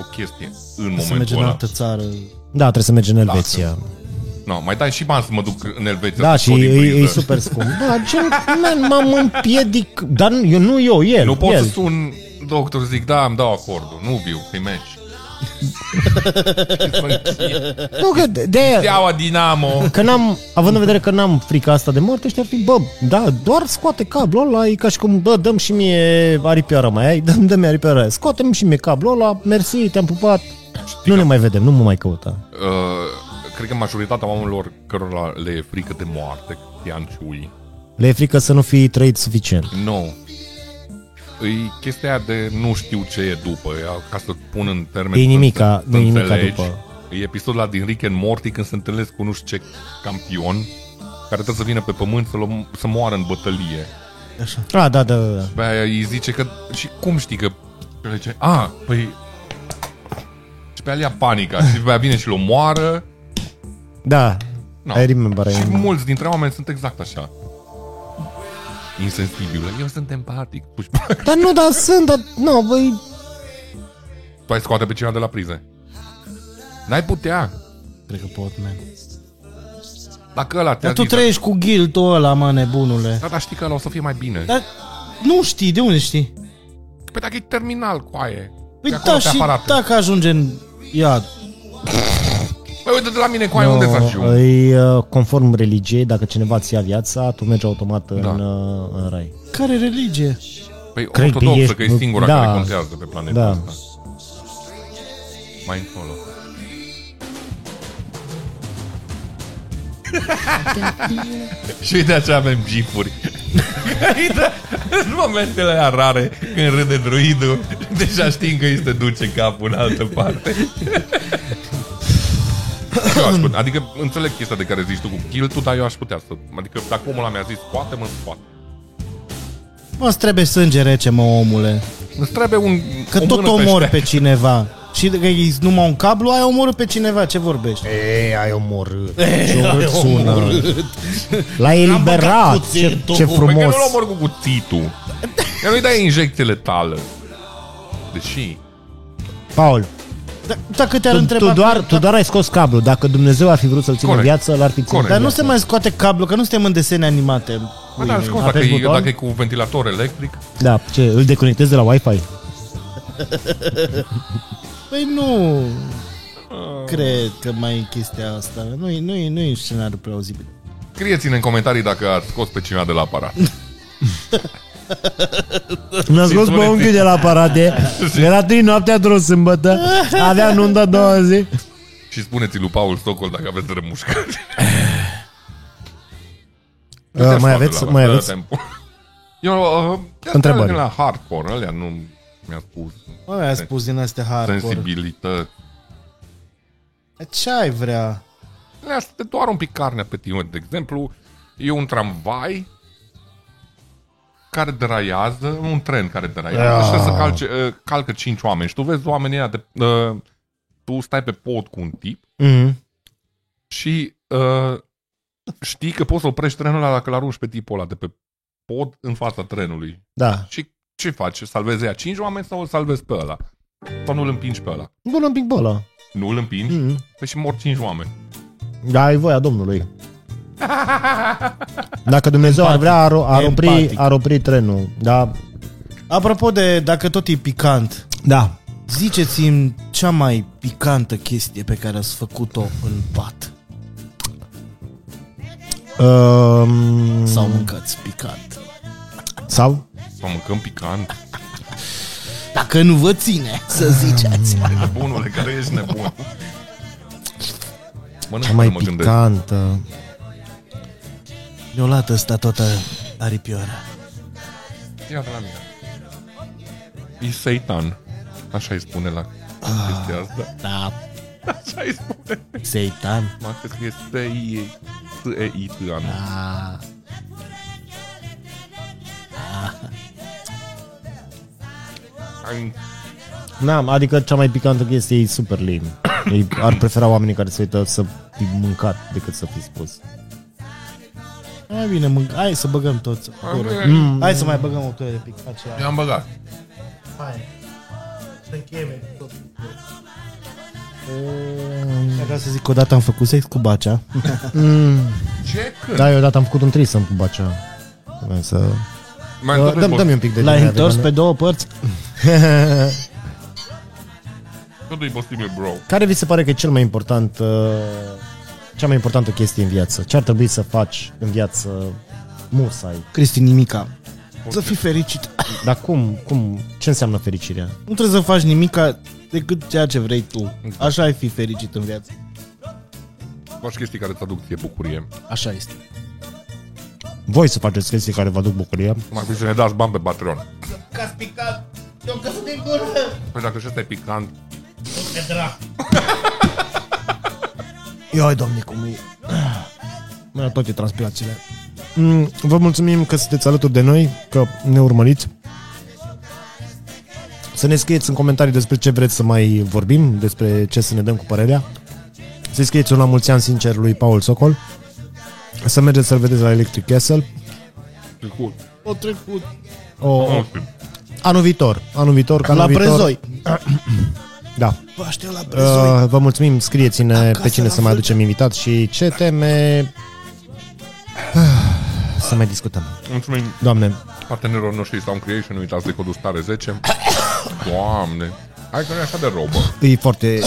[SPEAKER 2] o chestie în
[SPEAKER 1] să mergem
[SPEAKER 2] momentul
[SPEAKER 1] în
[SPEAKER 2] ăla.
[SPEAKER 1] altă țară.
[SPEAKER 3] Da, trebuie să mergi în Elveția.
[SPEAKER 2] No, mai dai și bani să mă duc în Elveția.
[SPEAKER 3] Da,
[SPEAKER 2] să
[SPEAKER 3] și
[SPEAKER 2] scot din
[SPEAKER 3] e, e
[SPEAKER 2] priză.
[SPEAKER 3] super scump. Da, gen, man, m-am împiedic, dar nu- eu, nu eu, el.
[SPEAKER 2] Nu pot
[SPEAKER 3] el.
[SPEAKER 2] să sun doctor, zic, da, îmi dau acordul, nu viu, că-i meci.
[SPEAKER 3] Nu, că de- de
[SPEAKER 2] Steaua Dinamo.
[SPEAKER 3] Că n-am, având în vedere că n-am frica asta de moarte, ăștia ar fi, bă, da, doar scoate cablul ăla, e ca și cum, bă, dăm și mie aripioara mai ai, dăm, dăm aripioara aia, scoatem și mie cablul ăla, mersi, te-am pupat, nu ne mai vedem, nu mă mai căuta.
[SPEAKER 2] Uh, cred că majoritatea oamenilor cărora le e frică de moarte, Cristian și Ui,
[SPEAKER 3] Le e frică să nu fi trăit suficient.
[SPEAKER 2] nu. E chestia aia de nu știu ce e după, e ca să pun în termen...
[SPEAKER 3] E nimica, nu e nimica după.
[SPEAKER 2] E episodul ăla din Rick and Morty când se întâlnesc cu nu știu ce campion care trebuie să vină pe pământ să, l- să moară în bătălie.
[SPEAKER 3] A, da, da, da. da.
[SPEAKER 2] Pe aia îi zice că... Și cum știi că... Și el Zice, a, păi... Și pe aia ia panica și pe aia vine și l moară.
[SPEAKER 3] Da,
[SPEAKER 2] No.
[SPEAKER 3] I remember, I
[SPEAKER 2] Și
[SPEAKER 1] Păi.
[SPEAKER 3] remember.
[SPEAKER 2] mulți dintre oameni sunt exact așa. Insensibile. Eu sunt empatic. Puși-
[SPEAKER 3] Dar nu, dar sunt, dar, nu, băi,
[SPEAKER 2] Tu ai Păi scoate pe cineva de la prize. N-ai putea.
[SPEAKER 1] Cred că pot, man.
[SPEAKER 2] Dacă ăla te-a
[SPEAKER 1] Dar tu
[SPEAKER 2] zis,
[SPEAKER 1] trăiești cu guilt-ul ăla, mă, nebunule.
[SPEAKER 2] da, dar știi că ăla o să fie mai bine.
[SPEAKER 1] Dar nu știi, de unde știi?
[SPEAKER 2] Păi dacă e terminal cu aie.
[SPEAKER 1] Păi
[SPEAKER 2] De acolo
[SPEAKER 1] da,
[SPEAKER 2] te
[SPEAKER 1] și
[SPEAKER 2] aparate.
[SPEAKER 1] dacă ajunge în iad.
[SPEAKER 2] Păi uite de la mine cu aie unde să ajung.
[SPEAKER 3] îi, uh, conform religiei, dacă cineva ți ia viața, tu mergi automat în,
[SPEAKER 2] Da.
[SPEAKER 3] uh, în rai.
[SPEAKER 1] Care religie?
[SPEAKER 2] Păi
[SPEAKER 3] Cred că
[SPEAKER 2] ortodoxă
[SPEAKER 3] ești-
[SPEAKER 2] că e singura
[SPEAKER 3] da.
[SPEAKER 2] care contează pe planeta
[SPEAKER 3] Da.
[SPEAKER 2] asta. Mai încolo. Și uite așa avem gifuri. Uite, În momentele alea rare când râde druidul, deja știm că îi se duce capul în altă parte. Eu aș putea, adică înțeleg chestia de care zici tu cu guilt dar eu aș putea să... Adică dacă omul ăla mi-a zis scoate, mă scoate.
[SPEAKER 1] Mă, îți trebuie sânge rece, mă, omule.
[SPEAKER 2] Îți trebuie un...
[SPEAKER 1] Că
[SPEAKER 2] o
[SPEAKER 1] tot
[SPEAKER 2] mână pe
[SPEAKER 1] omori
[SPEAKER 2] ștec.
[SPEAKER 1] pe cineva. Și dacă e numai un cablu, ai omorât pe cineva, ce vorbești?
[SPEAKER 3] Ei, ai omorât. Ce urât sună. L-ai eliberat. Ce, ce
[SPEAKER 2] Păi că
[SPEAKER 3] frumos.
[SPEAKER 2] nu-l omor cu cuțitul. Că nu-i dai injecție letală. Deși...
[SPEAKER 3] Paul,
[SPEAKER 1] Da- Dacă te-ar
[SPEAKER 3] tu,
[SPEAKER 1] întreba...
[SPEAKER 3] tu, doar, tu doar ai scos cablu. Dacă Dumnezeu ar fi vrut să-l țină în
[SPEAKER 2] Corect.
[SPEAKER 3] viață, l-ar fi ținut
[SPEAKER 2] Corect.
[SPEAKER 1] Dar
[SPEAKER 3] în
[SPEAKER 1] nu
[SPEAKER 3] viață.
[SPEAKER 1] se mai scoate cablu, că nu suntem în desene animate.
[SPEAKER 2] Bă, dar scos, dacă
[SPEAKER 3] Aveți
[SPEAKER 2] e,
[SPEAKER 3] buton?
[SPEAKER 2] dacă e cu ventilator electric,
[SPEAKER 3] Da, ce, îl deconectezi de la Wi-Fi?
[SPEAKER 1] Păi nu...
[SPEAKER 3] Ah.
[SPEAKER 1] Cred că mai e chestia asta. Nu e, nu e, nu e un scenariu plauzibil.
[SPEAKER 2] scrieți-ne în comentarii dacă ați scos pe cineva de la aparat.
[SPEAKER 3] Mi-a scos
[SPEAKER 2] spune
[SPEAKER 3] pe unchiul de la aparate. Era trei noaptea într-o sâmbătă. Avea nunta a doua zi.
[SPEAKER 2] Și spuneți lui Paul Socol dacă aveți rămușcări.
[SPEAKER 3] Uh, mai aveți, mai aveți.
[SPEAKER 2] Eu, uh,
[SPEAKER 3] Întrebări.
[SPEAKER 2] la hardcore, alea nu mi-a spus
[SPEAKER 1] Mă, ai spus din astea hardcore.
[SPEAKER 2] sensibilități.
[SPEAKER 1] Ce ai vrea?
[SPEAKER 2] Alea să te doar un pic carnea pe tine. De exemplu, e un tramvai care deraiază, un tren care deraiază și trebuie să calce, uh, calcă cinci oameni. Și tu vezi oamenii ăia de... uh, Tu stai pe pod cu un tip
[SPEAKER 3] Mhm.
[SPEAKER 2] și uh, știi că poți să oprești trenul ăla dacă l-arunci pe tipul ăla de pe pod în fața trenului.
[SPEAKER 3] Da.
[SPEAKER 2] Și ce faci? Salvezi ea cinci oameni sau îl salvezi pe ăla? Sau nu îl împingi pe ăla?
[SPEAKER 3] Bună un pic bola.
[SPEAKER 2] Nu îl împingi? Mm.
[SPEAKER 3] Mhm.
[SPEAKER 2] Păi și mor cinci oameni.
[SPEAKER 3] Da, e voia Domnului. Dacă Dumnezeu ar vrea, ar, ar, opri,
[SPEAKER 1] Empatic.
[SPEAKER 3] ar opri trenul. Da.
[SPEAKER 1] Apropo de dacă tot e picant,
[SPEAKER 3] Da.
[SPEAKER 1] ziceți-mi cea mai picantă chestie pe care ați făcut-o în pat.
[SPEAKER 3] Um,
[SPEAKER 1] Sau mâncați picant.
[SPEAKER 3] sau?
[SPEAKER 2] Sau mâncăm picant.
[SPEAKER 1] Dacă nu vă ține, să ziceați.
[SPEAKER 2] Bunule, care ești nebun. Mănânc
[SPEAKER 3] Cea mai
[SPEAKER 2] până mă gândesc.
[SPEAKER 3] picantă.
[SPEAKER 1] Mi-o lată asta toată aripioara.
[SPEAKER 2] Ia de la mine. E seitan. Așa îi spune la chestia
[SPEAKER 3] Ah.
[SPEAKER 2] asta.
[SPEAKER 1] Da,
[SPEAKER 2] Așa îi spune.
[SPEAKER 1] seitan.
[SPEAKER 2] Mă că scrie s i t e i t an Ah.
[SPEAKER 1] A,
[SPEAKER 3] Da, adică cea mai picantă chestie e super lame. Ei ar prefera oamenii care se uită să fi mâncat decât să fi spus.
[SPEAKER 1] mai bine, mânc- hai să băgăm toți. Gură. Hai să mai băgăm o căre de picant. și aia.
[SPEAKER 2] Eu am băgat.
[SPEAKER 1] Hai. Să încheiem tot. Ehm, Vreau să zic că odată am făcut sex cu Bacea.
[SPEAKER 2] Ce când?
[SPEAKER 3] Da, eu odată am făcut un trisăm cu Bacea. Vrem Să...
[SPEAKER 2] Mai
[SPEAKER 4] Da,
[SPEAKER 3] Dă-
[SPEAKER 2] dă
[SPEAKER 3] Dă-mi dă-mi un pic de
[SPEAKER 1] L-ai
[SPEAKER 3] din aia,
[SPEAKER 1] întors
[SPEAKER 3] din
[SPEAKER 1] pe două părți?
[SPEAKER 3] aia.
[SPEAKER 2] Totul e posibil, bro.
[SPEAKER 3] Care vi se pare că e cel mai important, uh, cea mai importantă chestie în viață? Ce ar trebui să faci în viață musai?
[SPEAKER 4] Cristi, nimica. Să fii fericit.
[SPEAKER 3] Dar cum, cum, ce înseamnă fericirea?
[SPEAKER 4] Nu trebuie să faci nimica decât ceea ce vrei tu. Așa ai fi fericit în viață.
[SPEAKER 2] Faci chestii care îți aduc ție bucurie.
[SPEAKER 4] Așa este.
[SPEAKER 3] Voi să faceți chestii care vă aduc bucurie.
[SPEAKER 2] Mai fi să ne dați bani pe Patreon.
[SPEAKER 4] Că-s picat, eu că sunt din gură.
[SPEAKER 2] Păi dacă și ăsta e picant,
[SPEAKER 4] Ioi, domne, cum e.
[SPEAKER 3] Ah,
[SPEAKER 4] Mă, toate transpirațiile.
[SPEAKER 3] Mm, Vă mulțumim că sunteți alături de noi, că ne urmăriți. Să ne scrieți în comentarii despre ce vreți să mai vorbim, despre ce să ne dăm cu părerea. Să-i scrieți un la mulți ani sincer lui Paul Socol. Să mergeți să-l vedeți la Electric Castle.
[SPEAKER 2] e cool.
[SPEAKER 4] O trecut.
[SPEAKER 3] O,
[SPEAKER 2] Nu știu.
[SPEAKER 3] anul viitor. Anul viitor. Ca
[SPEAKER 4] La
[SPEAKER 3] anul viitor.
[SPEAKER 4] prezoi.
[SPEAKER 3] Da.
[SPEAKER 4] Vă aștept la prezoi.
[SPEAKER 3] Uh, vă mulțumim, scrieți-ne pe cine
[SPEAKER 4] la
[SPEAKER 3] să mai
[SPEAKER 4] fel.
[SPEAKER 3] aducem invitat și ce teme... Ah, Să mai discutăm.
[SPEAKER 2] Mulțumim
[SPEAKER 3] Doamne,
[SPEAKER 2] partenerilor noștri Sound Creation, nu uitați de codul stare 10. Doamne. Hai că nu e așa de rău, bă.
[SPEAKER 3] e foarte...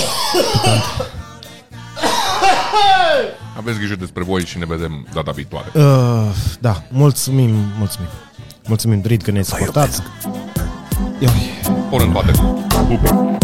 [SPEAKER 2] Aveți grijă despre voi și ne vedem data viitoare.
[SPEAKER 3] Uh, da, mulțumim, mulțumim. Mulțumim, Drit, că ne-ai suportat.
[SPEAKER 2] Porând toate. Pupi.